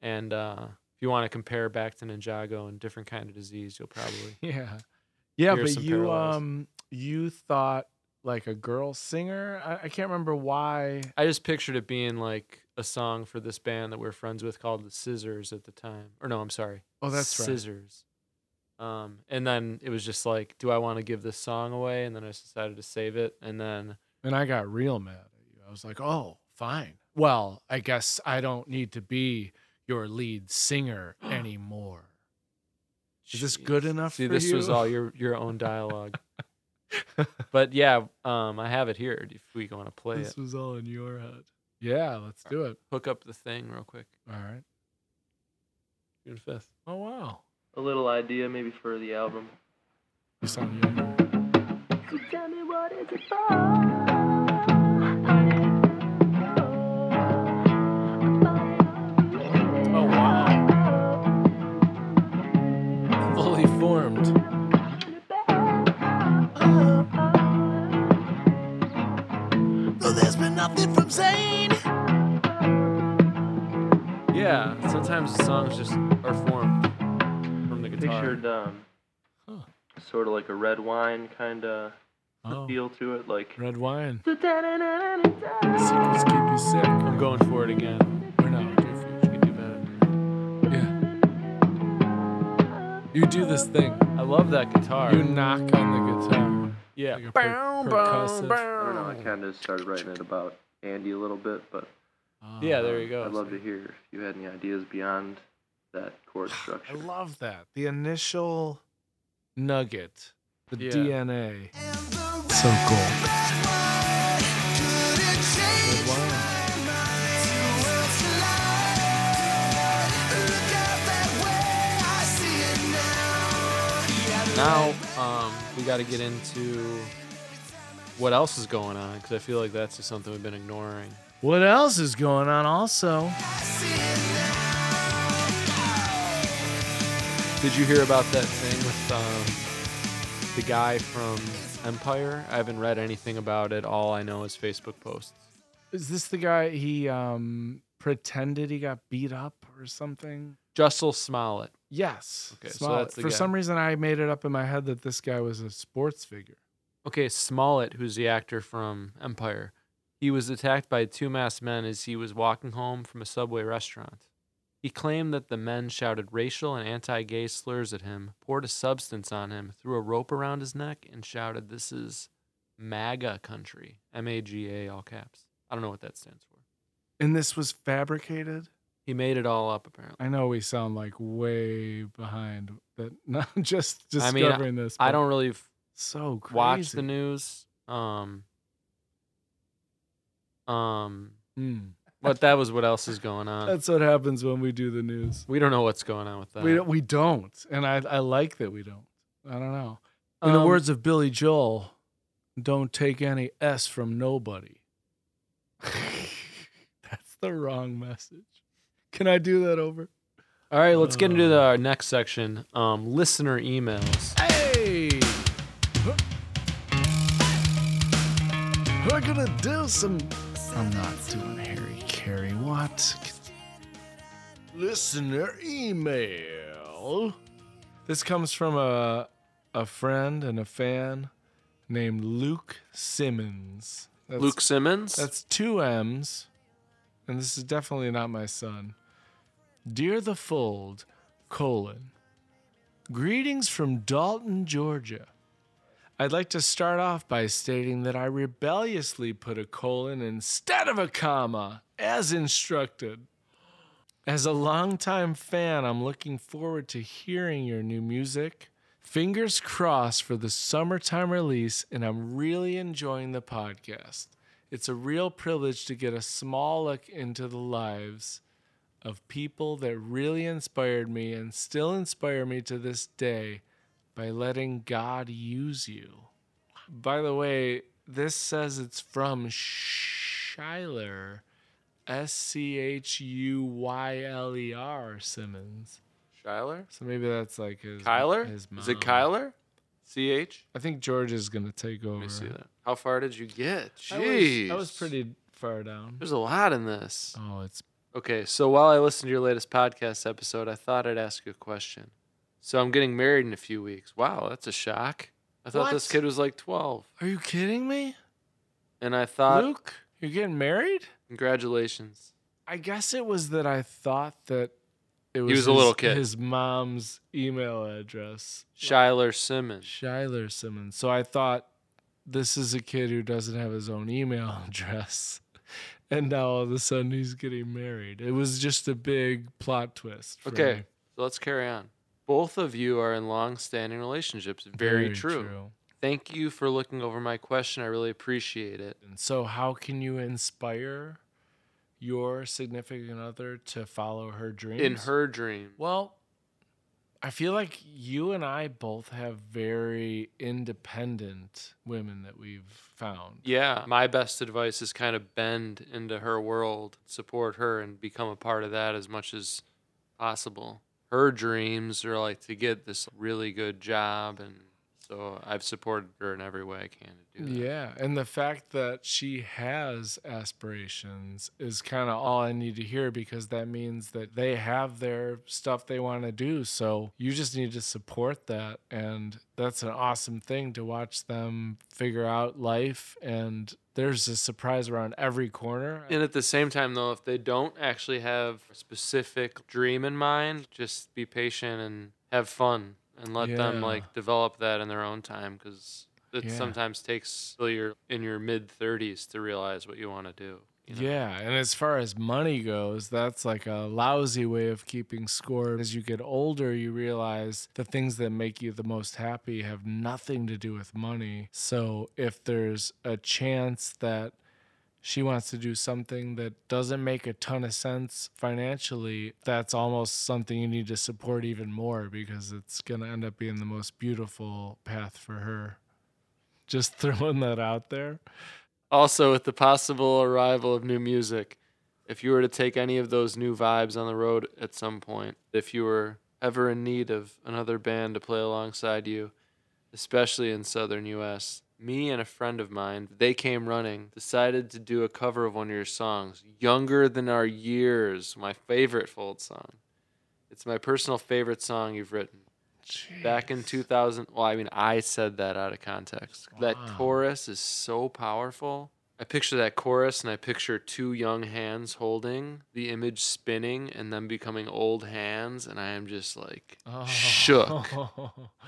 S2: And uh, if you want to compare back to Ninjago and different kind of disease, you'll probably
S1: Yeah. Yeah,
S2: Here are
S1: but
S2: some
S1: you
S2: parallels.
S1: um you thought like a girl singer? I, I can't remember why.
S2: I just pictured it being like a song for this band that we are friends with called the Scissors at the time. Or no, I'm sorry.
S1: Oh, that's right.
S2: Scissors. Um, and then it was just like, do I want to give this song away? And then I just decided to save it. And then
S1: And I got real mad at you. I was like, "Oh, fine. Well, I guess I don't need to be your lead singer anymore." Is this good
S2: Jeez.
S1: enough
S2: See,
S1: for
S2: this was
S1: you?
S2: all your your own dialogue. but yeah, um, I have it here if we want to play
S1: this
S2: it.
S1: was all in your head. Yeah, let's do it.
S2: Hook up the thing real quick.
S1: All right.
S2: June fifth.
S1: Oh wow.
S4: a little idea maybe for the album.
S1: You sound young.
S5: So tell me what is it for? Oh wow.
S1: Fully formed.
S3: Though there's been nothing from Zane.
S2: Yeah, sometimes the songs just are formed from the guitar.
S4: Pictured um,
S1: Huh.
S4: sort of like a red wine kind of
S1: Oh,
S4: feel to it, like
S1: red wine.
S5: Secret
S1: Secrets keep you sick.
S2: I'm going for it again.
S1: Or no, dear future.
S2: You can do
S1: Yeah.
S2: better.
S1: You do this thing.
S2: I love that guitar.
S1: You knock on the guitar.
S2: yeah.
S1: Like a per- percussive. Oh.
S4: I don't know. I kind of started writing it about Andy a little bit, but
S1: Ah.
S2: Yeah, there you go.
S4: I'd love to hear if you had any ideas beyond that chord
S1: I
S4: structure.
S1: love that. The initial nugget, the
S2: Yeah.
S1: DNA.
S3: So cool.
S2: Now um, we got to get into what else is going on because I feel like that's just something we've been ignoring.
S1: What else is going on? Also,
S2: Did you hear about that thing with um, the guy from Empire? I haven't read anything about it. All I know is Facebook posts.
S1: is this the guy he um pretended he got beat up or something?
S2: Justin Smollett.
S1: Yes.
S2: Okay, so
S1: Smollett.
S2: that's the
S1: For
S2: guy.
S1: some reason, I made it up in my head that this guy was a sports figure.
S2: Okay, Smollett, who's the actor from Empire, he was attacked by two masked men as he was walking home from a subway restaurant. He claimed that the men shouted racial and anti gay slurs at him, poured a substance on him, threw a rope around his neck, and shouted, This is MAGA country. M A G A, all caps. I don't know what that stands for.
S1: And this was fabricated.
S2: He made it all up, apparently.
S1: I know we sound like way behind, but not just
S2: I mean, I-
S1: discovering this.
S2: I
S1: but
S2: don't really f-
S1: so crazy.
S2: watch the news. Um, um,
S1: Mm.
S2: but that was what else is going on.
S1: That's what happens when we do the news.
S2: We don't know what's going on with that.
S1: We don't, we don't, and I I like that we don't. I don't know. In the
S2: Um,
S1: words of Billy Joel, "Don't take any s from nobody." That's the wrong message. Can I do that over?
S2: All right, let's get into the,
S1: Uh.
S2: our next section. Um, listener emails.
S1: Hey, we're gonna do some. I'm not doing Harry Carey. What? Listener email. This comes from a a friend and a fan named Luke Simmons. That's,
S2: Luke Simmons.
S1: That's two M's, and this is definitely not my son. Dear the Fold, colon. Greetings from Dalton, Georgia. I'd like to start off by stating that I rebelliously put a colon instead of a comma, as instructed. As a longtime fan, I'm looking forward to hearing your new music. Fingers crossed for the summertime release, and I'm really enjoying the podcast. It's a real privilege to get a small look into the lives of people that really inspired me and still inspire me to this day by letting God use you. By the way, this says it's from Schuyler, S C H U Y L E R Simmons.
S2: Skyler.
S1: So maybe that's like his
S2: Kyler.
S1: His mom.
S2: Is it Kyler? Ch.
S1: I think George is gonna take over.
S2: Let me see that. How far did you get?
S1: I
S2: Jeez.
S1: was- I was pretty far down.
S2: There's a lot in this.
S1: Oh, it's
S2: Okay, so while I listened to your latest podcast episode, I thought I'd ask you a question. So I'm getting married in a few weeks. Wow, that's a shock. I thought this
S1: What?
S2: kid was like 12,
S1: Are you kidding me?
S2: and I thought,
S1: Luke, you're getting married?
S2: congratulations.
S1: I guess it was that I thought that it was,
S2: was a
S1: his,
S2: little kid.
S1: his mom's email address,
S2: Shyler Simmons.
S1: Shyler Simmons. So I thought this is a kid who doesn't have his own email address. And now all of a sudden he's getting married. It was just a big plot twist. for
S2: Okay,
S1: me.
S2: so let's carry on. Both of you are in long-standing relationships. Very, true. Thank you for looking over my question. I really appreciate it.
S1: And so, how can you inspire your significant other to follow her dreams?
S2: In her dream,
S1: Well, I feel like you and I both have very independent women that we've found.
S2: yeah, my best advice is kind of bend into her world, support her, and become a part of that as much as possible. Her dreams are like to get this really good job, and so I've supported her in every way I can to do that.
S1: Yeah, and the fact that she has aspirations is kind of all I need to hear because that means that they have their stuff they want to do. So you just need to support that. And that's an awesome thing to watch them figure out life. And there's a surprise around every corner.
S2: And at the same time, though, if they don't actually have a specific dream in mind, just be patient and have fun and let them
S1: Yeah.
S2: like develop that in their own time because it
S1: Yeah.
S2: sometimes takes till you're in your mid 30s to realize what you want to do. You know?
S1: Yeah, and as far as money goes, that's like a lousy way of keeping score. As you get older, you realize the things that make you the most happy have nothing to do with money. So if there's a chance that she wants to do something that doesn't make a ton of sense financially, that's almost something you need to support even more because it's going to end up being the most beautiful path for her. Just throwing that out there.
S2: Also, with the possible arrival of new music, if you were to take any of those new vibes on the road at some point, if you were ever in need of another band to play alongside you, especially in southern US, me and a friend of mine, they came running, decided to do a cover of one of your songs, Younger Than Our Years, my favorite Fold song. It's my personal favorite song you've written back in
S1: Jeez.
S2: 2000 well i mean i said that out of context that
S1: Wow.
S2: chorus is so powerful i picture that chorus and i picture two young hands holding the image spinning and them becoming old hands and i am just like shook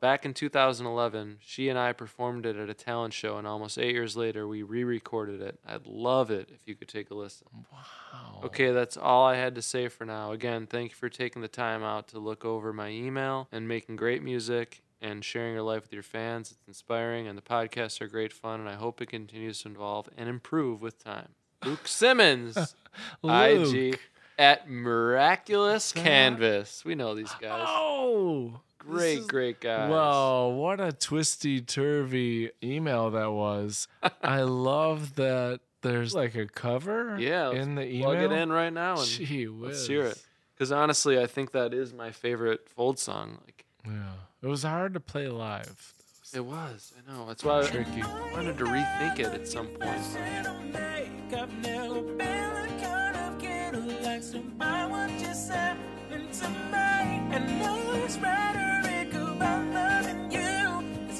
S2: back in 2011 she and i performed it at a talent show and almost eight years later we re-recorded it i'd love it if you could take a listen
S1: Wow.
S2: Okay, that's all I had to say for now. Again, thank you for taking the time out to look over my email and making great music and sharing your life with your fans. It's inspiring, and the podcasts are great fun, and I hope it continues to evolve and improve with time. Luke Simmons, IG
S1: Luke.
S2: at Miraculous Canvas. We know these guys.
S1: Oh,
S2: Great,
S1: this is-
S2: great guys.
S1: Wow, what a twisty turvy email that was. I love that there's like a cover
S2: Yeah, let's
S1: in the email.
S2: plug it in right now and
S1: Gee
S2: let's
S1: whiz.
S2: hear it. Because honestly, I think that is my favorite Fold song. Like
S1: Yeah. It was hard to play live.
S2: it was. I know. That's why.
S1: Tricky.
S2: I wanted to rethink it at some point.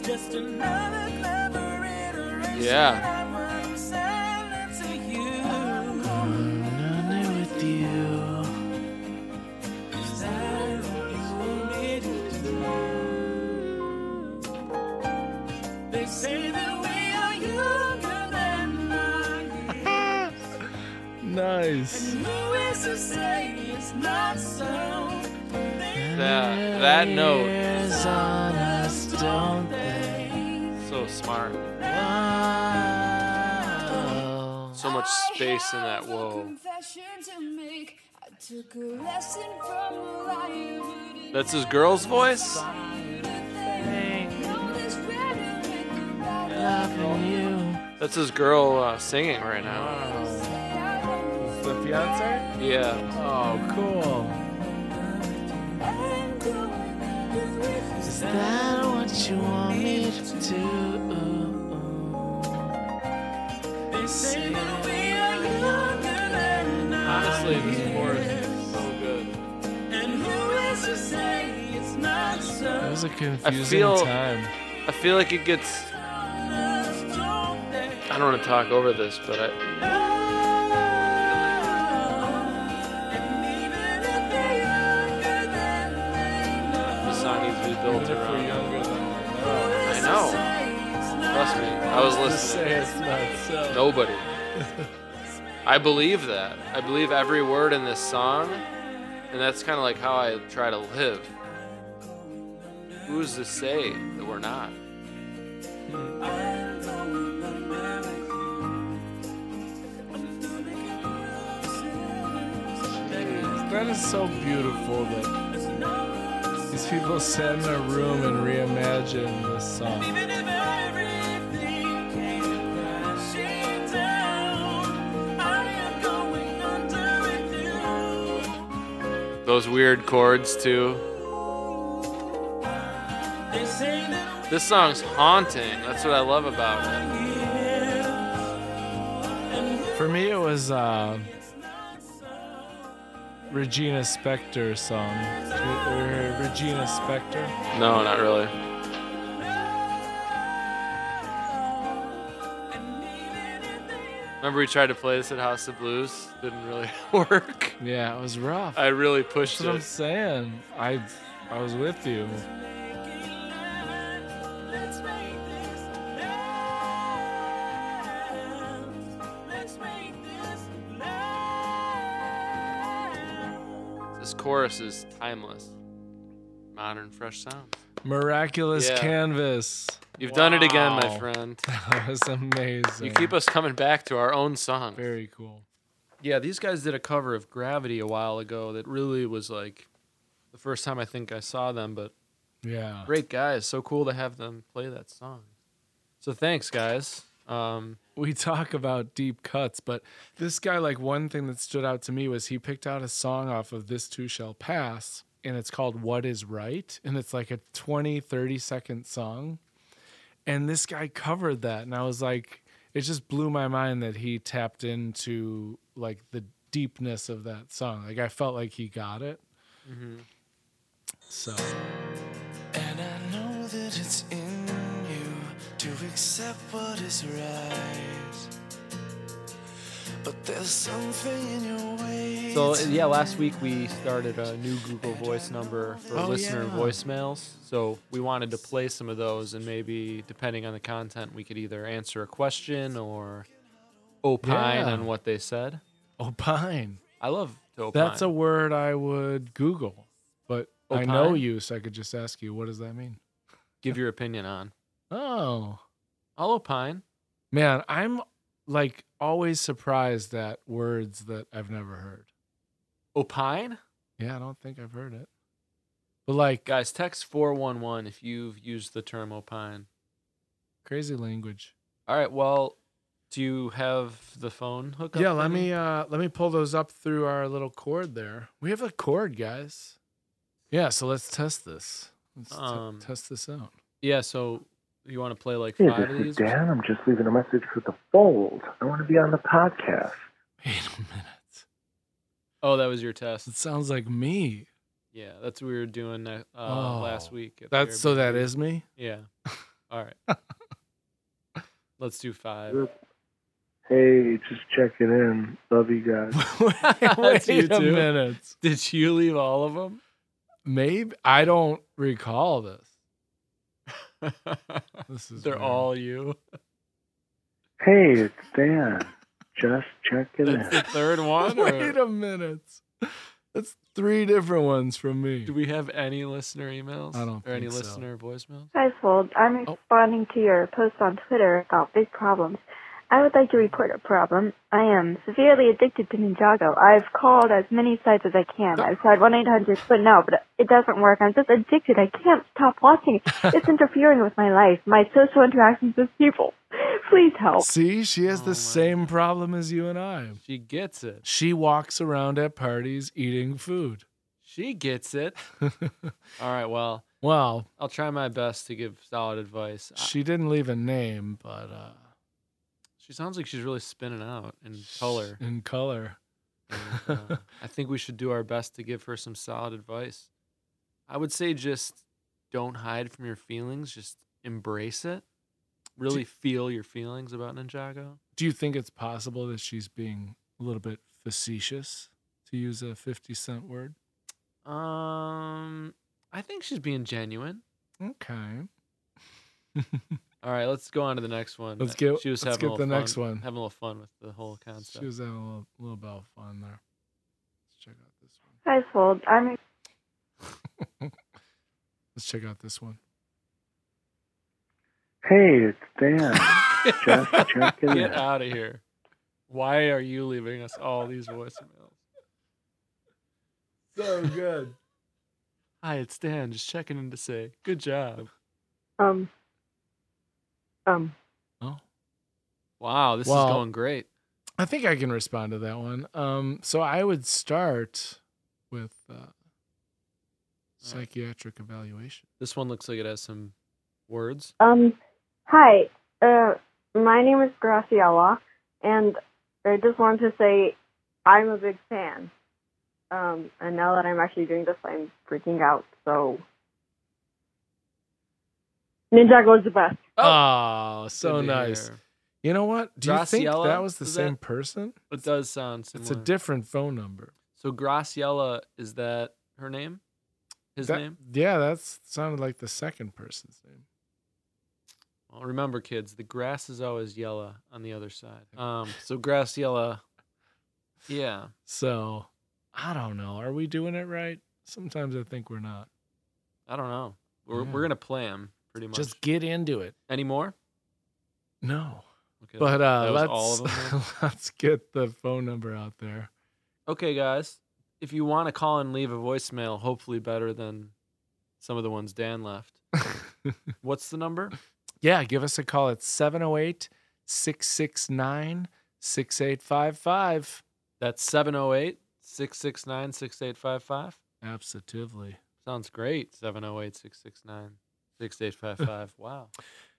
S6: Just another clever iteration
S2: Yeah.
S6: of what I'm selling to you. Cause I know you want me to. They say that we are younger than our years.
S1: Nice.
S6: Who is to say it's not so? They
S2: That that note
S1: Years on us, don't
S6: they?
S2: so smart.
S1: wow.
S2: So much space in that whoa. That's his girl's voice? That's his girl uh, singing right now.
S1: The fiance?
S2: Yeah.
S1: Oh, cool. Is that what you want me to do?
S6: They say that we are younger than
S2: Honestly,
S6: our
S2: this chorus
S6: years.
S2: is so good.
S6: And who is to say it's not so?
S1: It was a confusing
S2: feel-
S1: time.
S2: I feel like it gets. I don't want to talk over this, but I, the song needs to be built around. I know. Trust me. I was
S1: Just
S2: listening.
S1: say it's not so.
S2: Nobody. I believe that. I believe every word in this song, and that's kind of like how I try to live. Who's to say that we're not?
S1: That is so beautiful that these people sat in a room and reimagined this song.
S2: Those weird chords, too.
S6: They say that
S2: This song's haunting. That's what I love about it.
S1: For me, it was uh, Regina Spektor song. Re- Re- Regina Spektor.
S2: No, not really. Remember, we tried to play this at House of Blues? Didn't really work.
S1: Yeah, it was rough.
S2: I really pushed
S1: That's what I'm
S2: it.
S1: saying. I, I was with you.
S6: Let's make this
S2: This chorus is timeless. Modern, fresh sounds.
S1: Miraculous
S2: Yeah.
S1: canvas.
S2: You've done it again, my
S1: Wow.
S2: friend.
S1: That was amazing.
S2: You keep us coming back to our own song.
S1: very cool.
S2: Yeah, these guys did a cover of Gravity a while ago that really was like the first time I think I saw them, but
S1: Yeah.
S2: great guys. So cool to have them play that song. So thanks, guys. Um,
S1: we talk about deep cuts, but this guy, like one thing that stood out to me was he picked out a song off of This Too Shall Pass, and it's called What Is Right. And it's like a 20, 30 second song. And this guy covered that. And I was like, it just blew my mind that he tapped into like the deepness of that song. Like I felt like he got it.
S2: Mm-hmm.
S1: So
S3: And I know that it's in you to accept what is right. But there's something in your way.
S2: so uh, yeah, last week we started a new Google Voice number for
S1: Oh,
S2: listener
S1: yeah.
S2: voicemails. So we wanted to play some of those, and maybe depending on the content, we could either answer a question or opine
S1: Yeah.
S2: on what they said.
S1: opine.
S2: I love to opine.
S1: Oh, That's a word I would Google, but I know
S2: Opine?
S1: you, so I could just ask you, what does that mean?
S2: give your opinion on.
S1: Oh,
S2: I'll opine.
S1: man, I'm like always surprised at words that I've never heard.
S2: Opine?
S1: Yeah, I don't think I've heard it. But like uh,
S2: Guys, text 411 if you've used the term opine.
S1: crazy language.
S2: All right, well, do you have the phone hookup?
S1: Yeah, let
S2: thing?
S1: me uh let me pull those up through our little cord there. We have a cord, guys. Yeah, so let's test this. Let's te-
S2: Um,
S1: test this out.
S2: Yeah, so you want to play like
S7: Hey,
S2: five of
S7: this is
S2: these? or
S7: Dan. I'm just leaving a message for the Fold. I want to be on the podcast.
S1: Wait a minute.
S2: Oh, that was your test.
S1: It sounds like me.
S2: Yeah, that's what we were doing uh,
S1: Oh,
S2: last week. at
S1: That's so that
S2: Airbnb.
S1: is me.
S2: Yeah. All right. Let's do five.
S7: Hey, just checking in. Love you guys.
S1: wait
S2: That's you
S1: a
S2: too.
S1: minute.
S2: Did you leave all of them?
S1: Maybe I don't recall this. This is
S2: They're
S1: weird.
S2: all you.
S7: Hey, it's Dan. Just checking in.
S2: That's the third one. or-
S1: Wait a minute. That's three different ones from me.
S2: Do we have any listener emails?
S1: I don't
S2: Or any
S1: think so.
S2: listener voicemails?
S5: Hi, Fold. I'm
S1: Oh.
S5: responding to your post on Twitter about big problems. I would like to report a problem. I am severely addicted to Ninjago. I've called as many sites as I can. I've tried 1 800, but no, but it doesn't work. I'm just addicted. I can't stop watching it. It's interfering with my life, my social interactions with people. Please help.
S1: See, she has
S2: Oh
S1: the
S2: my
S1: same problem as you and I.
S2: She gets it.
S1: She walks around at parties eating food.
S2: She gets it. All right. Well,
S1: well,
S2: I'll try my best to give solid advice. I-
S1: she didn't leave a name, but uh,
S2: she sounds like she's really spinning out in color.
S1: In color.
S2: and, uh, I think we should do our best to give her some solid advice. I would say just don't hide from your feelings, just embrace it. Really feel your feelings about Ninjago.
S1: Do you think it's possible that she's being a little bit facetious, to use a 50 cent word?
S2: Um, I think she's being genuine.
S1: Okay.
S2: All right, let's go on to the next one.
S1: Let's get-
S2: she was
S1: let's
S2: having a
S1: get
S2: little
S1: the next
S2: fun-
S1: one.
S2: Having a little fun with the whole concept.
S1: She was having a little, little bit of fun there. Let's check out this one.
S5: Hi, Fold. I'm
S1: Let's check out this one.
S7: Hey, it's Dan. Just checking in.
S2: Get out of here. Why are you leaving us all these voicemails?
S1: So good.
S2: Hi, it's Dan. Just checking in to say good job.
S5: um um
S1: oh.
S2: Wow, this
S1: Well-
S2: is going great.
S1: I think I can respond to that one. Um, so I would start with uh, psychiatric evaluation.
S2: This one looks like it has some words.
S5: Um, hi. Uh, my name is Graciela, and I just wanted to say I'm a big fan. Um, and now that I'm actually doing this, I'm freaking out. So, Ninjago is the best.
S1: Oh, so
S2: Good to
S1: nice.
S2: hear.
S1: You know what? Do you think
S2: Graciela,
S1: that was the
S2: was
S1: same
S2: that?
S1: person?
S2: It does sound similar.
S1: It's a different phone number.
S2: so Graciela is that her name? His
S1: That-
S2: name?
S1: Yeah, that sounded like the second person's name.
S2: Well, remember, kids, the grass is always yellow on the other side. Um, so Graciela, yeah,
S1: So I don't know. Are we doing it right? Sometimes I think we're not.
S2: I don't know. We're,
S1: Yeah.
S2: we're gonna play them pretty much.
S1: Just get into it.
S2: any more?
S1: No.
S2: Okay,
S1: But uh,
S2: that was
S1: let's
S2: all of them. then?
S1: let's get the phone number out there.
S2: okay, guys, if you want to call and leave a voicemail, hopefully better than some of the ones Dan left. What's the number?
S1: yeah, give us a call at 708 669 6855.
S2: That's 708 669 6855.
S1: Absolutely.
S2: Sounds great. 708 669 6855. Wow.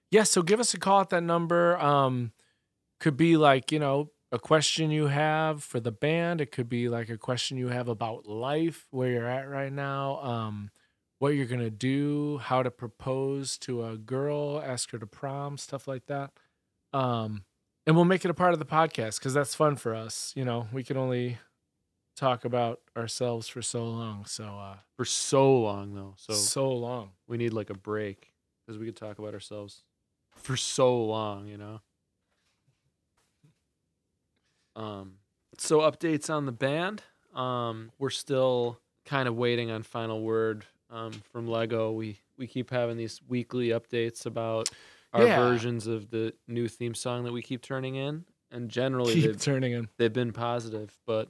S1: Yeah, so give us a call at that number. Um, could be like, you know, a question you have for the band. It could be like a question you have about life, where you're at right now, um, what you're going to do, how to propose to a girl, ask her to prom, stuff like that. Um, and we'll make it a part of the podcast because that's fun for us. You know, we can only talk about ourselves for so long. So, uh,
S2: For so long, though. So,
S1: so long.
S2: we need like a break because we could talk about ourselves for so long, you know? Um, so updates on the band. Um, we're still kind of waiting on final word um, from Lego. We we keep having these weekly updates about our
S1: Yeah.
S2: versions of the new theme song that we keep turning in, and generally
S1: Keep
S2: they've,
S1: turning in.
S2: they've been positive, but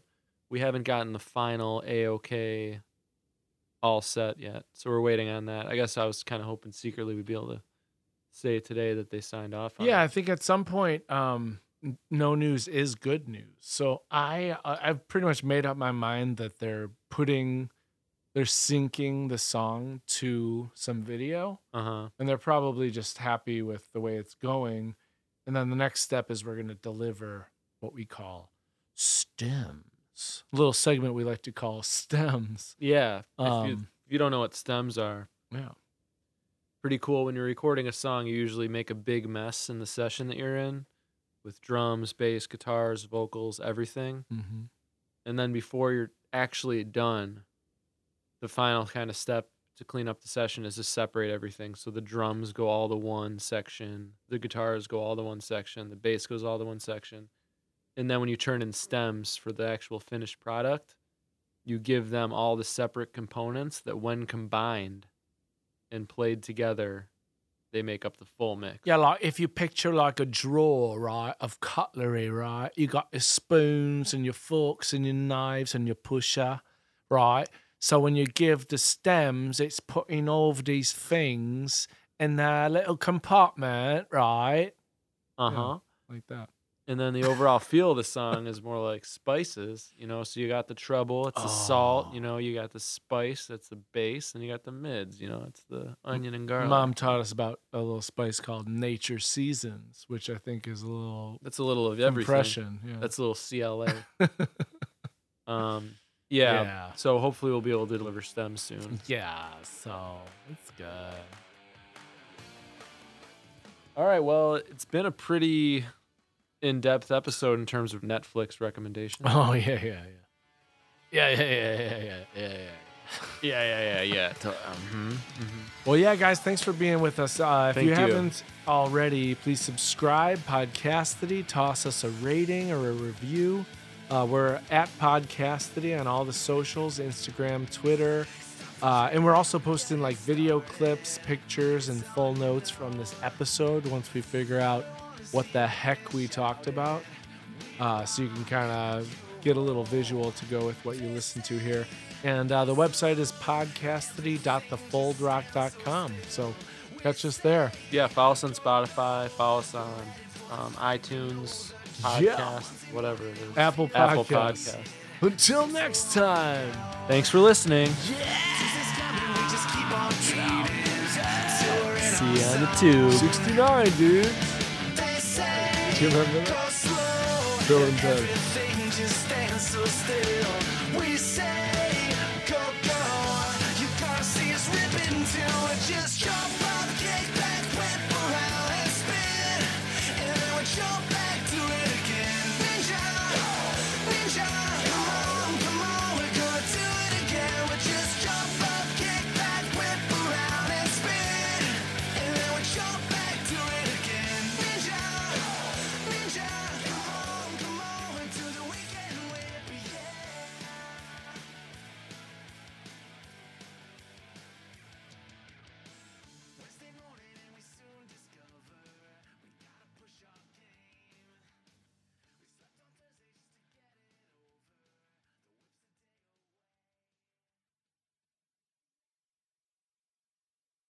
S2: we haven't gotten the final AOK all set yet. So we're waiting on that. I guess I was kind of hoping secretly we'd be able to say today that they signed off on
S1: Yeah, I
S2: it.
S1: think at some point, um, n- no news is good news. So I, I- I've pretty much made up my mind that they're putting, they're syncing the song to some video,
S2: Uh-huh.
S1: and they're probably just happy with the way it's going. And then the next step is we're going to deliver what we call stems, a little segment we like to call stems.
S2: Yeah. if, you,
S1: Um,
S2: if you don't know what stems are,
S1: yeah,
S2: pretty cool. When you're recording a song, you usually make a big mess in the session that you're in with drums, bass, guitars, vocals, everything.
S1: hmm
S2: and then before you're actually done the final kind of step to clean up the session is to separate everything so the drums go all to one section the guitars go all to one section the bass goes all to one section and then when you turn in stems for the actual finished product you give them all the separate components that when combined and played together they make up the full mix
S1: Yeah, like if you picture like a drawer, right, of cutlery, right? You got your spoons and your forks and your knives and your pusher, right? So when you give the stems, it's putting all of these things in their little compartment, right?
S2: uh-huh
S1: Like that.
S2: and then the overall feel of the song is more like spices, you know. So you got the treble, it's the salt, you
S1: Oh.
S2: know. You got the spice, that's the bass, and you got the mids, you know. It's the onion and garlic.
S1: Mom taught us about a little spice called nature seasons, which I think is a little
S2: that's a little of everything.
S1: impression. Yeah.
S2: That's a little CLA. um, yeah.
S1: Yeah.
S2: So hopefully we'll be able to deliver stem soon.
S1: yeah, so it's good.
S2: All right. Well, it's been a pretty in-depth episode in terms of Netflix recommendations.
S1: Oh yeah, yeah, yeah. Yeah, yeah, yeah, yeah, yeah, yeah, yeah.
S2: yeah, yeah, yeah, yeah. uh,
S1: Well, yeah, guys, thanks for being with us. Uh, if
S2: Thank
S1: you,
S2: you.
S1: haven't already, please subscribe, Podcastity, toss us a rating or a review. Uh, we're at Podcastity on all the socials Instagram, Twitter. Uh, and we're also posting like video clips, pictures, and full notes from this episode once we figure out what the heck we talked about uh, so you can kind of get a little visual to go with what you listen to here. And uh, the website is podcastity.thefoldrock.com. So catch us there.
S2: Yeah, follow us on Spotify. Follow us on um, iTunes, podcast,
S1: Yeah.
S2: whatever it is.
S1: Apple
S2: Apple
S1: Podcasts.
S2: Podcasts.
S1: Until next time.
S2: Thanks for listening. See you on the tube.
S1: 69, dude. Do you remember that? Bill and Ted.
S3: Everything just stands so still. We say